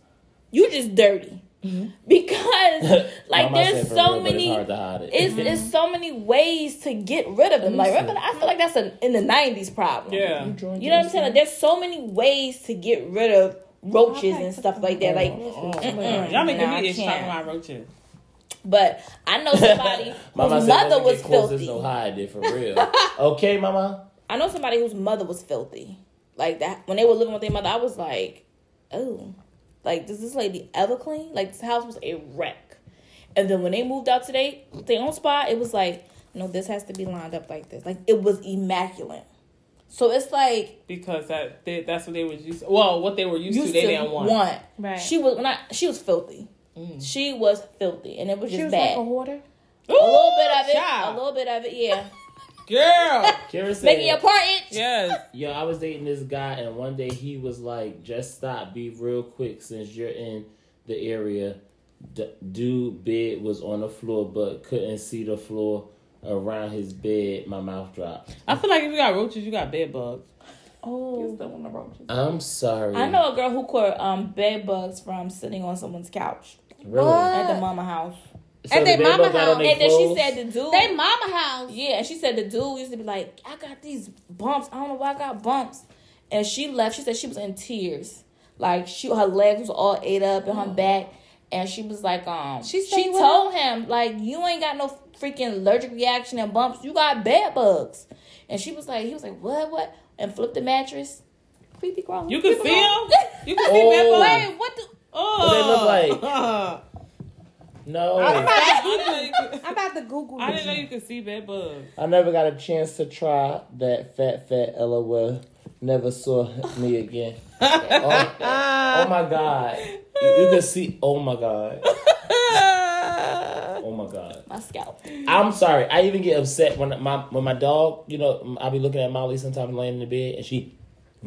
you just dirty.
Mm-hmm.
because like
Mama
there's
said for
so
real, but
many
It's hard to hide it.
it's, it's so many ways to get rid of them. Like, remember, I feel like that's an in the '90s problem.
Yeah.
you know what I'm saying. Like, there's so many ways to get rid of roaches and stuff like that. Like,
Oh,
Mm-mm.
y'all making
Nah, I
me itch talking
can't.
about roaches.
but I know somebody
Mama
whose
said, "Let
mother
me
was
get close, there's
filthy.
No hide it for real. okay, Mama.
I know somebody whose mother was filthy. Like that when they were living with their mother, I was like, oh, like does this lady ever clean? Like this house was a wreck. And then when they moved out today, their own spot, it was like, no, this has to be lined up like this. Like it was immaculate. So it's like
Because that they, that's what they was used. Well, what they were used, to, they didn't want. Mm.
Right.
She was when I she was filthy. She was filthy, and it was just
She was
bad.
like a hoarder.
Ooh,
a little bit of it,
child.
a little bit of it, yeah.
Girl,
Kira said,
Making your part itch.
yes.
Yo, I was dating this guy, and one day he was like, "Just stop, be real quick, since you're in the area." D- dude bed was on the floor, but couldn't see the floor around his bed. My mouth dropped.
I feel like if you got roaches, you got bed bugs.
Oh,
Still on the road.
I'm sorry.
I know a girl who caught um bed bugs from sitting on someone's couch
Really?
What?
at the mama house.
So
At
the
their
bed
mama
bug got
house.
on
And
they
then she
clothes?
said the dude
they mama house.
Yeah, and she said the dude used to be like, I got these bumps. I don't know why I got bumps. And she left. She said she was in tears. Like she her legs was all ate up and her back. And she was like, um
She
she,
stayed with
told him, like, you ain't got no freaking allergic reaction and bumps. You got bed bugs. And she was like, he was like, What what? And flipped the mattress. Creepy grown.
You can
Creepy
see
grown.
them. You can see bed
Oh.
bugs.
Wait, what the
Oh,
What they look No,
I,
I,
didn't know you could,
I'm about to Google.
I
this.
didn't know you could see bed bugs.
never got a chance to try that fat fat lol. Never saw me again. oh, oh my god, you, you can see. Oh my god, oh my god.
my scalp.
I'm sorry. I even get upset when my when my dog. You know, I be looking at Molly sometimes laying in the bed, and she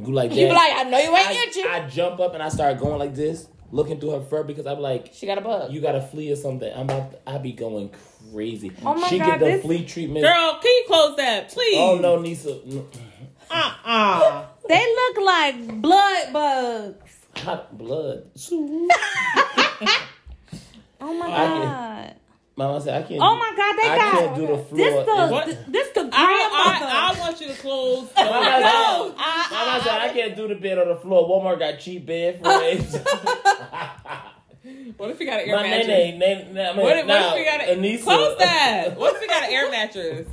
go like that.
You be like, I know you ain't itching.
I, I jump up and I start going like this, looking through her fur because I'm like,
she got a bug.
you got a flea or something. I'm about. I be going crazy.
Oh my
she
God,
get the
this-
flea treatment.
Girl, can you close that, please?
Oh no, Nisa. no.
Uh uh
They look like blood bugs.
Hot blood.
Oh my
I
god.
Mama said I can't.
Oh
do-
my god, they
I
got
can't do the floor.
this
It's-
the
What?
th- this the grandmother.
I, I, I want you to close.
Mama
the-
said,
no,
Mama said I can't do the bed on the floor. Walmart got cheap bed frames.
what if you got an air
My
mattress?
name, name, name.
What if,
now,
what if we got a
Anissa.
close that? What if we got an air mattress?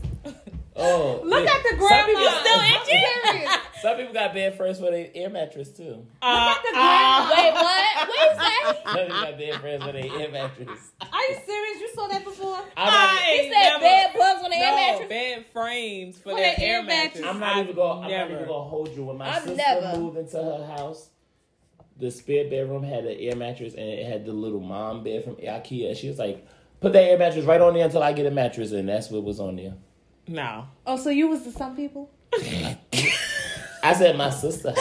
Oh,
look
yeah.
at the
Some people
grandma.
still
I'm serious.
Some people got bed friends for their air mattress too.
Uh,
the
Ah.
uh,
Wait, what? What is that?
Some people got bed friends for their air mattress.
Are you serious? You saw that before?
I'm
I
not,
He
ain't
said
never,
bed bugs on the air
no,
mattress.
bed frames for
For
their
the
air
air mattress.
mattress.
I'm not even gonna. I'm not
Never.
even gonna hold you. When my
I've
sister
never.
moved into her house, the spare bedroom had an air mattress and it had the little mom bed from IKEA. She was like, "Put that air mattress right on there until I get a mattress," and that's what was on there.
No.
Oh, so you was the some people?
I said, "My sister."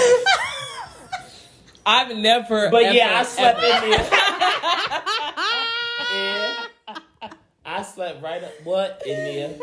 I've never.
But
ever,
yeah, I slept
ever-
in there. yeah. I slept right up what in there.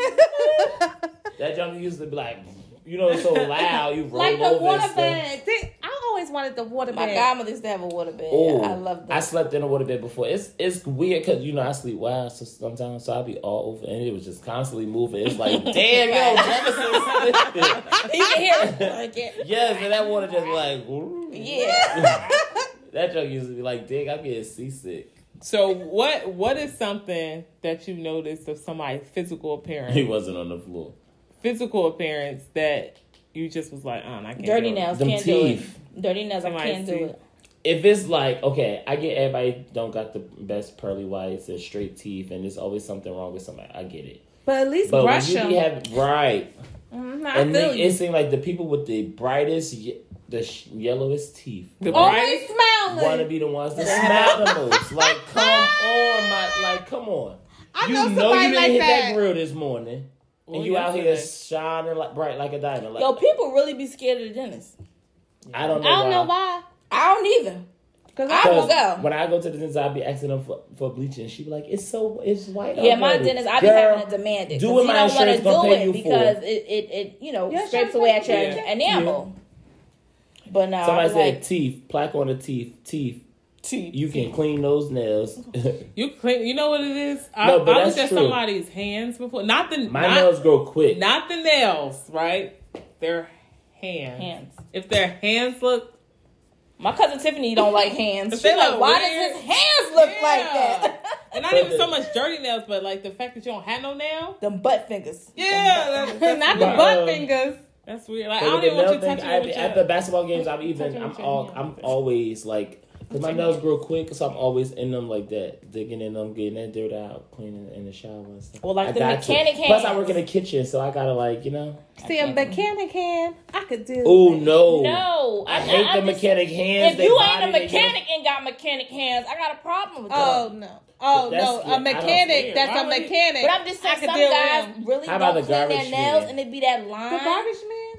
That junkie used to be like, you know, it's so loud. You roll
Like the
over and
water
stuff.
bag. They- I always wanted the water
My
bag.
godmother used to have a water bed.
Ooh,
I love
I
that.
slept in a water bed before. It's it's weird because you know I sleep wild so sometimes, so I'll be all over, and it was just constantly moving. It's like, damn, yo, Jefferson.
you can hear it. Like it.
yes, and that water just like, woo.
Yeah.
that joke used to be like, dick, I'm getting seasick.
So what? What is something that you noticed of somebody's physical
He
appearance?
wasn't on the floor.
physical appearance that you just was like, uh, I can't.
Dirty
do it.
nails
Them
can't
teeth.
do it. Dirty nails, I
Somebody
can't do
see.
it.
if it's like okay, I get everybody don't got the best pearly whites and straight teeth, and there's always something wrong with somebody. I get it,
but at least
but
brush
when
them.
you be having right,
Mhm, I
and
feel
then
you.
it seems like the people with the brightest, ye- the sh- yellowest teeth
The
Always
brightest.
smiling.
want to be the ones that smile the most. Like, come on, my like, come on.
I
you
know
know,
somebody
you didn't
like
hit that.
that.
grill this morning,
Well,
and you out here
yesterday.
shining like bright like a diamond. Like,
Yo, people really be scared of the dentist.
I don't
I
know.
don't
why.
know why.
I don't either.
Cause
I
I
will
Because
go.
When I go to the dentist, I'll be asking them for, for bleaching. She be like, "It's so it's white."
Yeah, my
already."
dentist, I be
Girl,
having to demand it.
do
'cause
what
he
my
don't wanna
insurance gonna
do
pay
it
you for.
because it, it, it, you know,
Your
scrapes
insurance
away at your
company-
Yeah.
enamel. But now,
Somebody
like,
said teeth, plaque on the teeth, teeth.
teeth.
You can clean those nails.
You clean. You know what it is? I,
No, but
I was
that's
at
true.
somebody's hands before. Not the
My
not,
nails grow quick.
not the nails, right? Their hands.
Hands.
If their hands look,
My cousin Tiffany don't like hands.
But
She
they
like,
look
why
weird."
does his hands look like
Yeah.
that?
and not even so much dirty nails, but like the fact that you don't have no nail.
Them butt fingers. Them
Yeah,
butt
that-
fingers.
that's,
Not the
But,
butt
um,
fingers.
that's weird. Like I
But
don't
the
even want you
nail thing,
touching
I-
me with
at
your-
the basketball games, I'm
Touching
even,
with
I'm
your
all,
nail.
I'm always like, cause my nails grow quick, so I'm always in them like that, digging in them, getting that dirt out, cleaning in the shower and stuff.
Well, like
I
the
got to.
mechanic
Plus, I
hands.
work in the kitchen, so I gotta like, you know.
See, a mechanic hand, I could do.
Oh
that.
no!
No,
I hate the
just-
mechanic hands.
If
they
you ain't
body,
a
they get
mechanic and got mechanic hands, I got a problem with that.
Oh no. Oh
That's-
no.
yeah, I
a
don't
mechanic.
care.
That's
Why
a
would he-
mechanic.
But I'm just
I
saying,
could
some
deal with
guys
him.
really
How
don't
about the
clean their
garbage
nails,
man?
and it be that line.
The garbage man.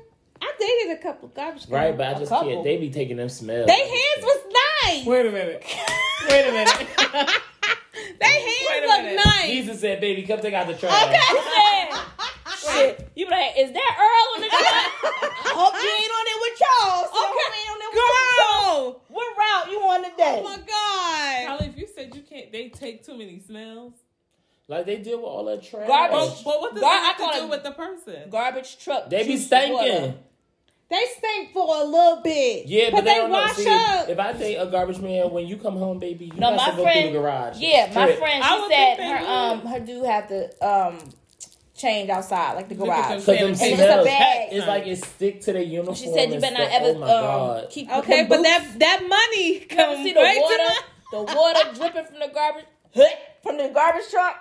I dated a couple garbage. men.
Right, but I just
couple.
can't. They be taking them smells.
They hands was nice.
Wait a minute. Wait a minute.
They
Wait
hands
a
look
minute.
nice.
Jesus said, "Baby, come take out the trash."
You said, shit, you be like, is that Earl on the track? I hope you ain't on it with y'all. So
Okay.
you ain't on it with
Girl.
What route you on today?
Oh my god.
Holly, if you said you can't, they take too many smells.
Like they deal with all that trash.
But,
Garbage.
but what does
God,
that
I
have to
call
do
it-
with the person?
Garbage truck.
They be
juice water.
stinking.
They stink for a little bit.
Yeah, but,
but, they,
don't know.
wash
See,
up.
If I date a garbage man, when you come home, baby, you
No,
got
my
to go
friend-
through the garage.
Yeah, my
Strip.
friend,
I
she
would
said
think they
her um
would.
her dude had to um change outside like the
Look at them
garage.
Cause them
sanitation
And it's a
smells,
bag.
it's like it stick to their uniform.
She said you
and
better not
stuff.
ever
Oh my
um,
god.
keep
okay,
them
but
boots-
that that money
You ever
comes
see
right
the
to my.
water, the water dripping from the garbage from the garbage truck.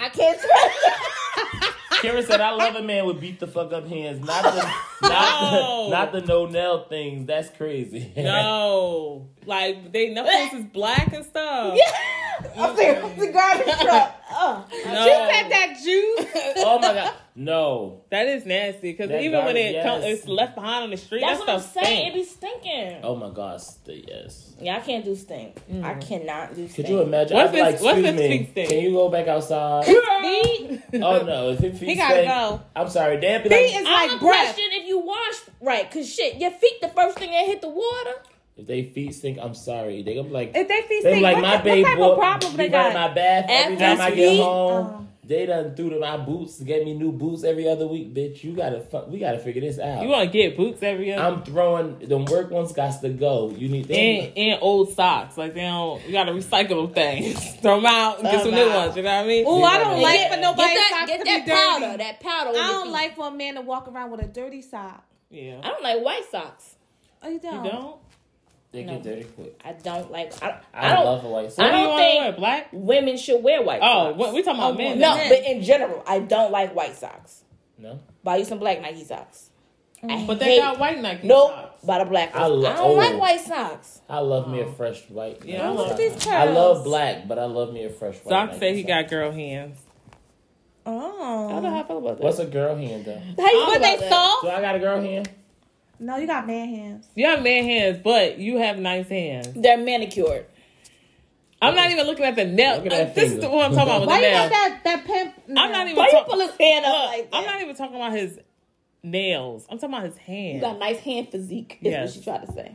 I can't smell.
Karen said, "I love a man with beat the fuck up hands, not the not
No.
the, not the no nail things. That's crazy.
No, like they knuckles is black and stuff.
I'm thinking the garbage truck. Oh.
No.
You said that juice.
oh my god, no.
That is nasty because
That
even when
garbage,
it
yes.
comes, it's left behind on the street.
That's
that
what I'm
stuff
saying. It
stink.
be stinking.
Oh my gosh, the- yes.
Yeah, I can't do stink. I cannot do stink.
Could you imagine?
What's
I'd be
his-
like,
what's
excuse
his
me,
feet thing?
can you go back outside? oh no, if it feet
He gotta
stink-
go.
I'm sorry, damn. Like,
Feet is
I
like
have a
breath.
question if you wash right, cause shit, your feet the first thing that hit the water.
if they feet stink, I'm sorry. They gonna be like,
If they feet
They
stink,
like
what,
my
what
babe
type
boy,
of problem they
he run
got? Uh.
in my bath every
After
time I
sweet?
get home. They done threw to my boots, gave me new boots every other week, bitch. You gotta fuck. We gotta figure this out.
You want to get boots every other
I'm throwing the work ones. Got to go. You need.
and
They,
and old socks. Like they don't. You got to recycle them things. Throw them out and get some new
Throw 'em out.
ones. You know what I mean?
Oh, I don't
Yeah.
like
Get-
for
get
nobody
get that,
socks
get
to
that
be dirty.
powder, that powder. on
I
your
don't
feet.
like for a man to walk around with a dirty sock.
Yeah.
I don't like white socks.
Oh, you
You
don't?
don't.
they
No.
get dirty quick.
I don't like. I,
I,
I don't.
love Hawaii. So
I
What do
don't
you wanna
think-
wear? black.
women should wear white.
Oh,
socks.
what we talking about?
Oh,
men?
No,
then?
Men.
but in general, I don't like white socks.
no,
Buy you some black Nike socks. I
but
hate-
they got white Nike
Nope,
socks.
buy the black.
I
ones. I,
lo-
don't like
oh.
white socks.
I love me a fresh white.
Yeah, I
white
love
sock.
these
I
curls.
love black, but I love me a fresh white.
Doc
Nike
said he
sock.
got girl hands.
I don't know how
Oh.
I feel about that.
What's a girl hand though?
how you feel
But
about
they
that?
Do
soft?
I got a girl hand?
No, you got man hands.
You have man hands, but you have nice hands.
They're manicured.
I'm not even looking at the nail.
Look at that
Uh, this is
finger.
the one I'm talking about with
Why
the
you got
nail.
that that pimp?
I'm not even
Why you
talking.
pull his hand up
Look,
like that?
I'm not even talking about his nails. I'm talking about his
you got a
hands.
nice hand physique. Is
Yes.
what she tried to say.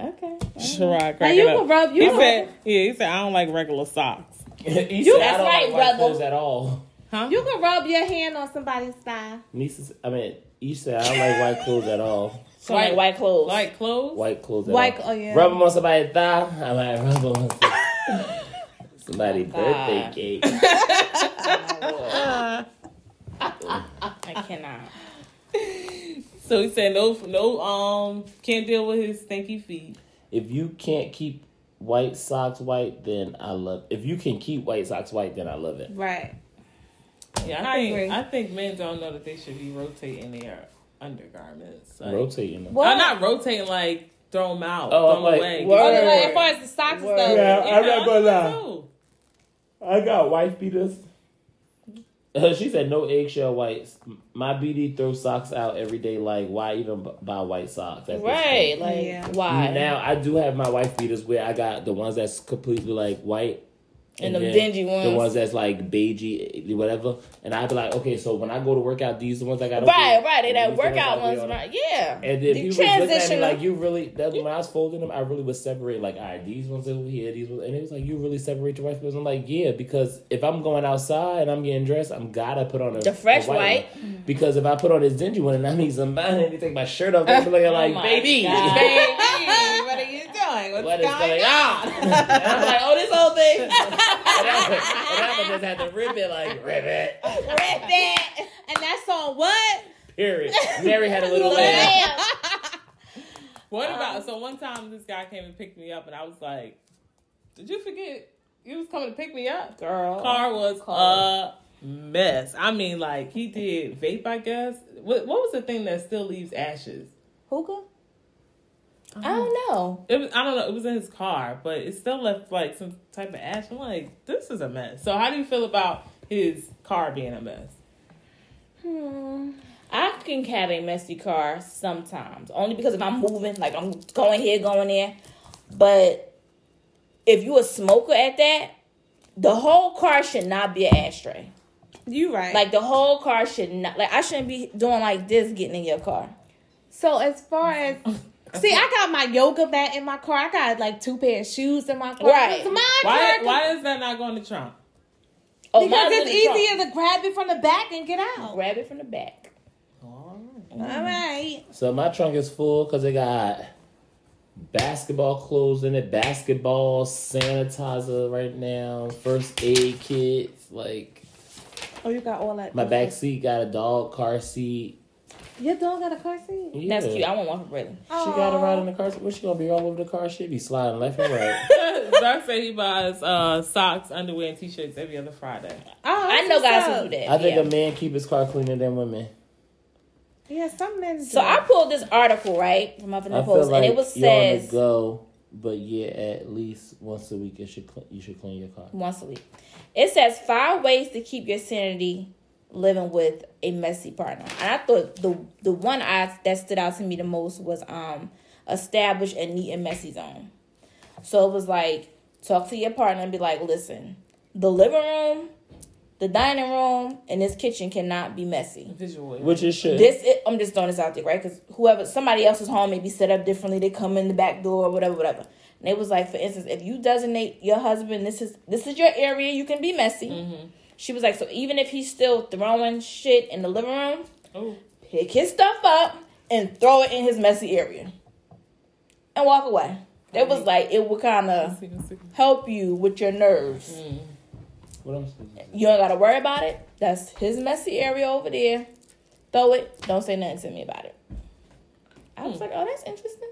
Okay.
Sherrod,
Now
crack
you
it
can
up.
rub. You
He
can,
said, "Yeah, he said I don't like regular socks."
He said,
That's
I don't
right,
like white
brother.
clothes at all.
Huh?
you can rub your hand on somebody's thigh.
Nieces, I mean, you said I don't like white clothes at all.
So,
So like white clothes.
like clothes.
White clothes. at
White-
all.
oh, yeah.
Rub them on somebody's thigh. I might rub them on somebody's birthday
God.
cake.
I cannot.
So he said no, no, um, can't deal with his stinky feet.
If you can't keep white socks white, then I love. If you can keep white socks white, then I love it.
Right.
Yeah, I,
I
think
agree.
I think men don't know that they should be rotating their undergarments. Like,
Rotating them.
What?
Uh, not rotating like throw them out,
Oh,
throw
I'm
them
like,
away.
what?
Oh,
Word.
no, like, as far as the socks and
Word.
stuff.
Yeah. I'm
Yeah,
not gonna
I
lie.
do.
I got wife beaters. Uh, she said no eggshell whites. My BD throws socks out every day. Like why even b- buy white socks? at this
Right.
point?
Like
Yeah.
why?
Now I do have my wife beaters where I got the ones that's completely like white.
And the
then
dingy ones.
The ones that's like beigey, whatever. And I'd be like, okay, so when I go to work out, these are the ones I got
Right, right. They
And
that
these the ones
workout
I wear
ones,
on.
right? Yeah.
And then
The
people was looking at me
transitional-
like, you really, that, when I was folding them, I really would separate, like, all right, these ones over here, these ones. And it was like, you really separate your rice pills. I'm like, yeah, because if I'm going outside and I'm getting dressed, I'm gotta put on a,
The fresh
a one. Because if I put on this dingy one and I need some mine and they take my shirt off, I'm looking like,
Oh my
baby.
God.
what
Baby, what are you doing? What's
is going on? And I'm like,
Oh, this whole thing.
and I would- and I would just have to rip it like rip it.
And that's on what?
Period. Mary had a little lamb.
Damn.
What about so one time this guy came and picked me up and I was like, Did you forget you was coming to pick me up?
Girl.
Car was
Car.
a mess. I mean like he did vape, I guess. What what was the thing that still leaves ashes?
Hookah?
I don't know.
It was, I don't know, it was in his car, but it still left like some type of ash. I'm like, this is a mess. So how do you feel about his car being a mess?
I can have a messy car sometimes, only because if I'm moving, like I'm going here, going there. But if you a smoker at that, the whole car should not be an ashtray.
You right.
Like the whole car should not. Like I shouldn't be doing like this getting in your car.
So as far as see, I got my yoga mat in my car. I got like two pair of shoes in my car.
Right.
It's my
Why
car.
why is that not going to Trump?
Oh,
because
mine's in
it's
the trunk.
easier to grab it from the back and get out.
Grab it from the back.
All right.
So my trunk is full because it got basketball clothes in it, basketball sanitizer right now, first aid kits. Like
Oh, you got all that.
my back seat got a dog car seat.
Your dog got a car seat.
Yeah.
That's cute. I want one for Brittany.
She got a ride in the car. seat. What's she gonna be all over the car? She be sliding left and right.
Zach said he buys uh, socks, underwear, and t-shirts every other Friday.
Oh,
I
that's
know
what's
guys
up.
who do that.
I think
yeah.
a man keep his car cleaner than women.
Yeah, some men.
So
do.
I pulled this article right from up in the
I feel
post,
like
and it was
you're on the
says
go, but yeah, at least once a week, it should cl- you should clean your car.
once a week. It says five ways to keep your sanity living with a messy partner. And I thought the the one I that stood out to me the most was um establish a neat and messy zone. So it was like talk to your partner and be like, listen, the living room, the dining room, and this kitchen cannot be messy.
Visually.
Which it should.
This it, I'm just throwing this out there, right? Because whoever somebody else's home may be set up differently. They come in the back door, or whatever, whatever. And it was like, for instance, if you designate your husband, this is this is your area. You can be messy.
Mm-hmm.
She was like, so even if he's still throwing shit in the living room,
Oh.
pick his stuff up and throw it in his messy area, and walk away. It was like it would kind of help you with your nerves.
Mm.
what I'm supposed to say?
You don't gotta worry about it. That's his messy area over there. Throw it. Don't say nothing to me about it. I
Hmm.
was like, oh, that's interesting.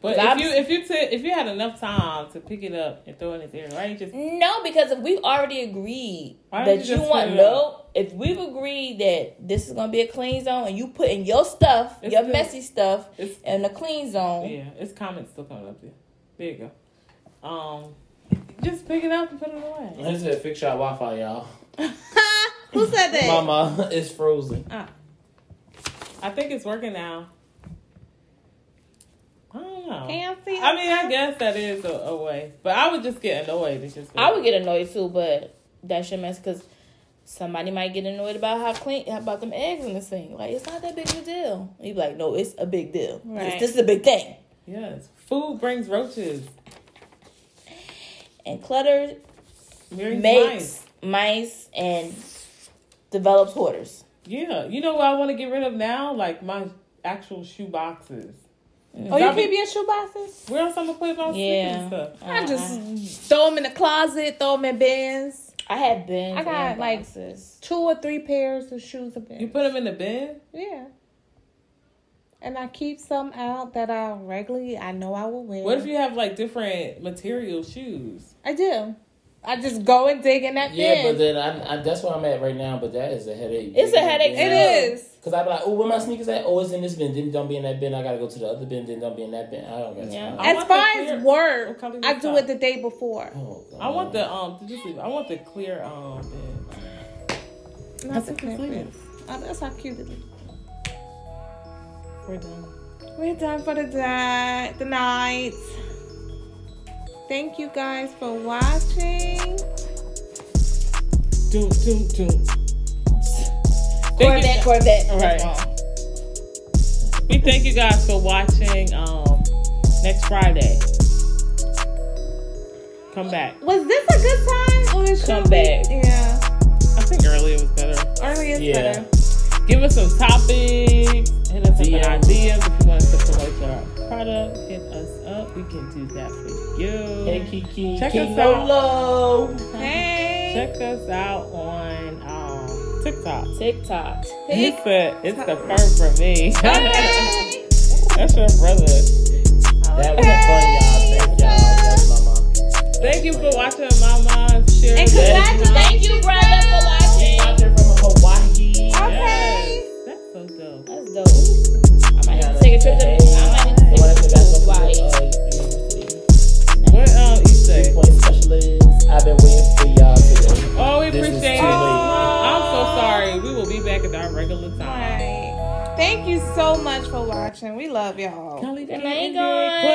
But
Cause I'm-
if you if you t- if you had enough time to pick it up and throw it in the air, why you just
No, because if we've already agreed
Why don't
that
you
you,
just put
want
it
no, if we've agreed that this is gonna be a clean zone and you put in your stuff,
It's
your
good.
messy stuff
it's
in the clean zone,
yeah, it's comments still coming up there. There you go. Um, just pick it up and put it away.
This is fix your Wi-Fi, y'all.
Who said that?
Mama, it's frozen.
I think it's working now. I don't know.
Can you see?
I mean, I guess that is a, a way, but I would just get annoyed. It's just
I would get annoyed too. But that's your mess because somebody might get annoyed about how clean about them eggs in the sink. Like it's not that big of a deal. You be like, no, it's a big deal.
Right.
This is a big thing.
yes. Food brings roaches.
and clutter
Brings mice.
makes mice. and develops hoarders.
Yeah, you know what I want to get rid of now? Like my actual shoe boxes.
Oh, you
Stop it.
keep your shoe boxes?
Where else I'm gonna put my sneakers
Yeah.
and stuff?
Uh,
I just throw them in the closet, throw them in bins.
I had bins.
I got,
and
like,
boxes.
Two or three pairs of shoes a bin.
You put them in the bin.
Yeah. And I keep some out that I regularly I know I will wear.
What if you have like different material shoes?
I do. I just go and dig in that
Yeah,
bin.
but then I, I, that's where I'm at right now. But that is a headache.
It's a headache.
it
Yeah.
is.
Cause I be like, oh, where my sneakers at? Oh, it's in this bin. Then don't be in that bin. I gotta go to the other bin. Then don't be in that bin. I don't got
Yeah.
time.
I
As
want
far
the
as
clear-
work,
What color
I
you
do
got?
it the day before.
Oh, God.
I want the um. Did you sleep? I want the clear um. Bin.
Not the clearance. Oh, that's how cute it is.
We're done.
We're done for the day, the night. Thank you guys for watching.
doom, doom, doom.
Corvette, Corvette.
All right. We thank you guys for watching. Um, next Friday, come back.
Was this a good time? Or should
Come
we-
back.
Yeah.
I think earlier was better.
Early is
Yeah.
better.
Give us some topics. Hit us up with
DMs.
ideas if you want us to promote your product. Hit us up. We can do that for you.
Hey, Kiki.
Check
Kiki
us out.
Lolo.
Hey.
Check us out on um, TikTok.
TikTok.
He said, it's the first for me.
Hey.
That's your brother.
That was fun, y'all. Thank y'all. That's my mom.
Thank you for watching, Mama. Share
And
that.
congratulations.
Thank you, brother, for
She
watching.
watching from Hawaii.
Okay.
Yes. That's so dope.
That's dope. I might have to take a trip to. I might have to
One
take
of
a
the
trip
best
to Hawaii.
ones, uh, university.
What um, you say?
Point specialist. I've been waiting for y'all today.
Oh, we
This is
appreciate it.
too late.
I'm so sorry. We will be back at our regular time.
Right. Thank you so much for watching. We love y'all.
Kelly
Good
J.
night,
Indian
guys.
Queen.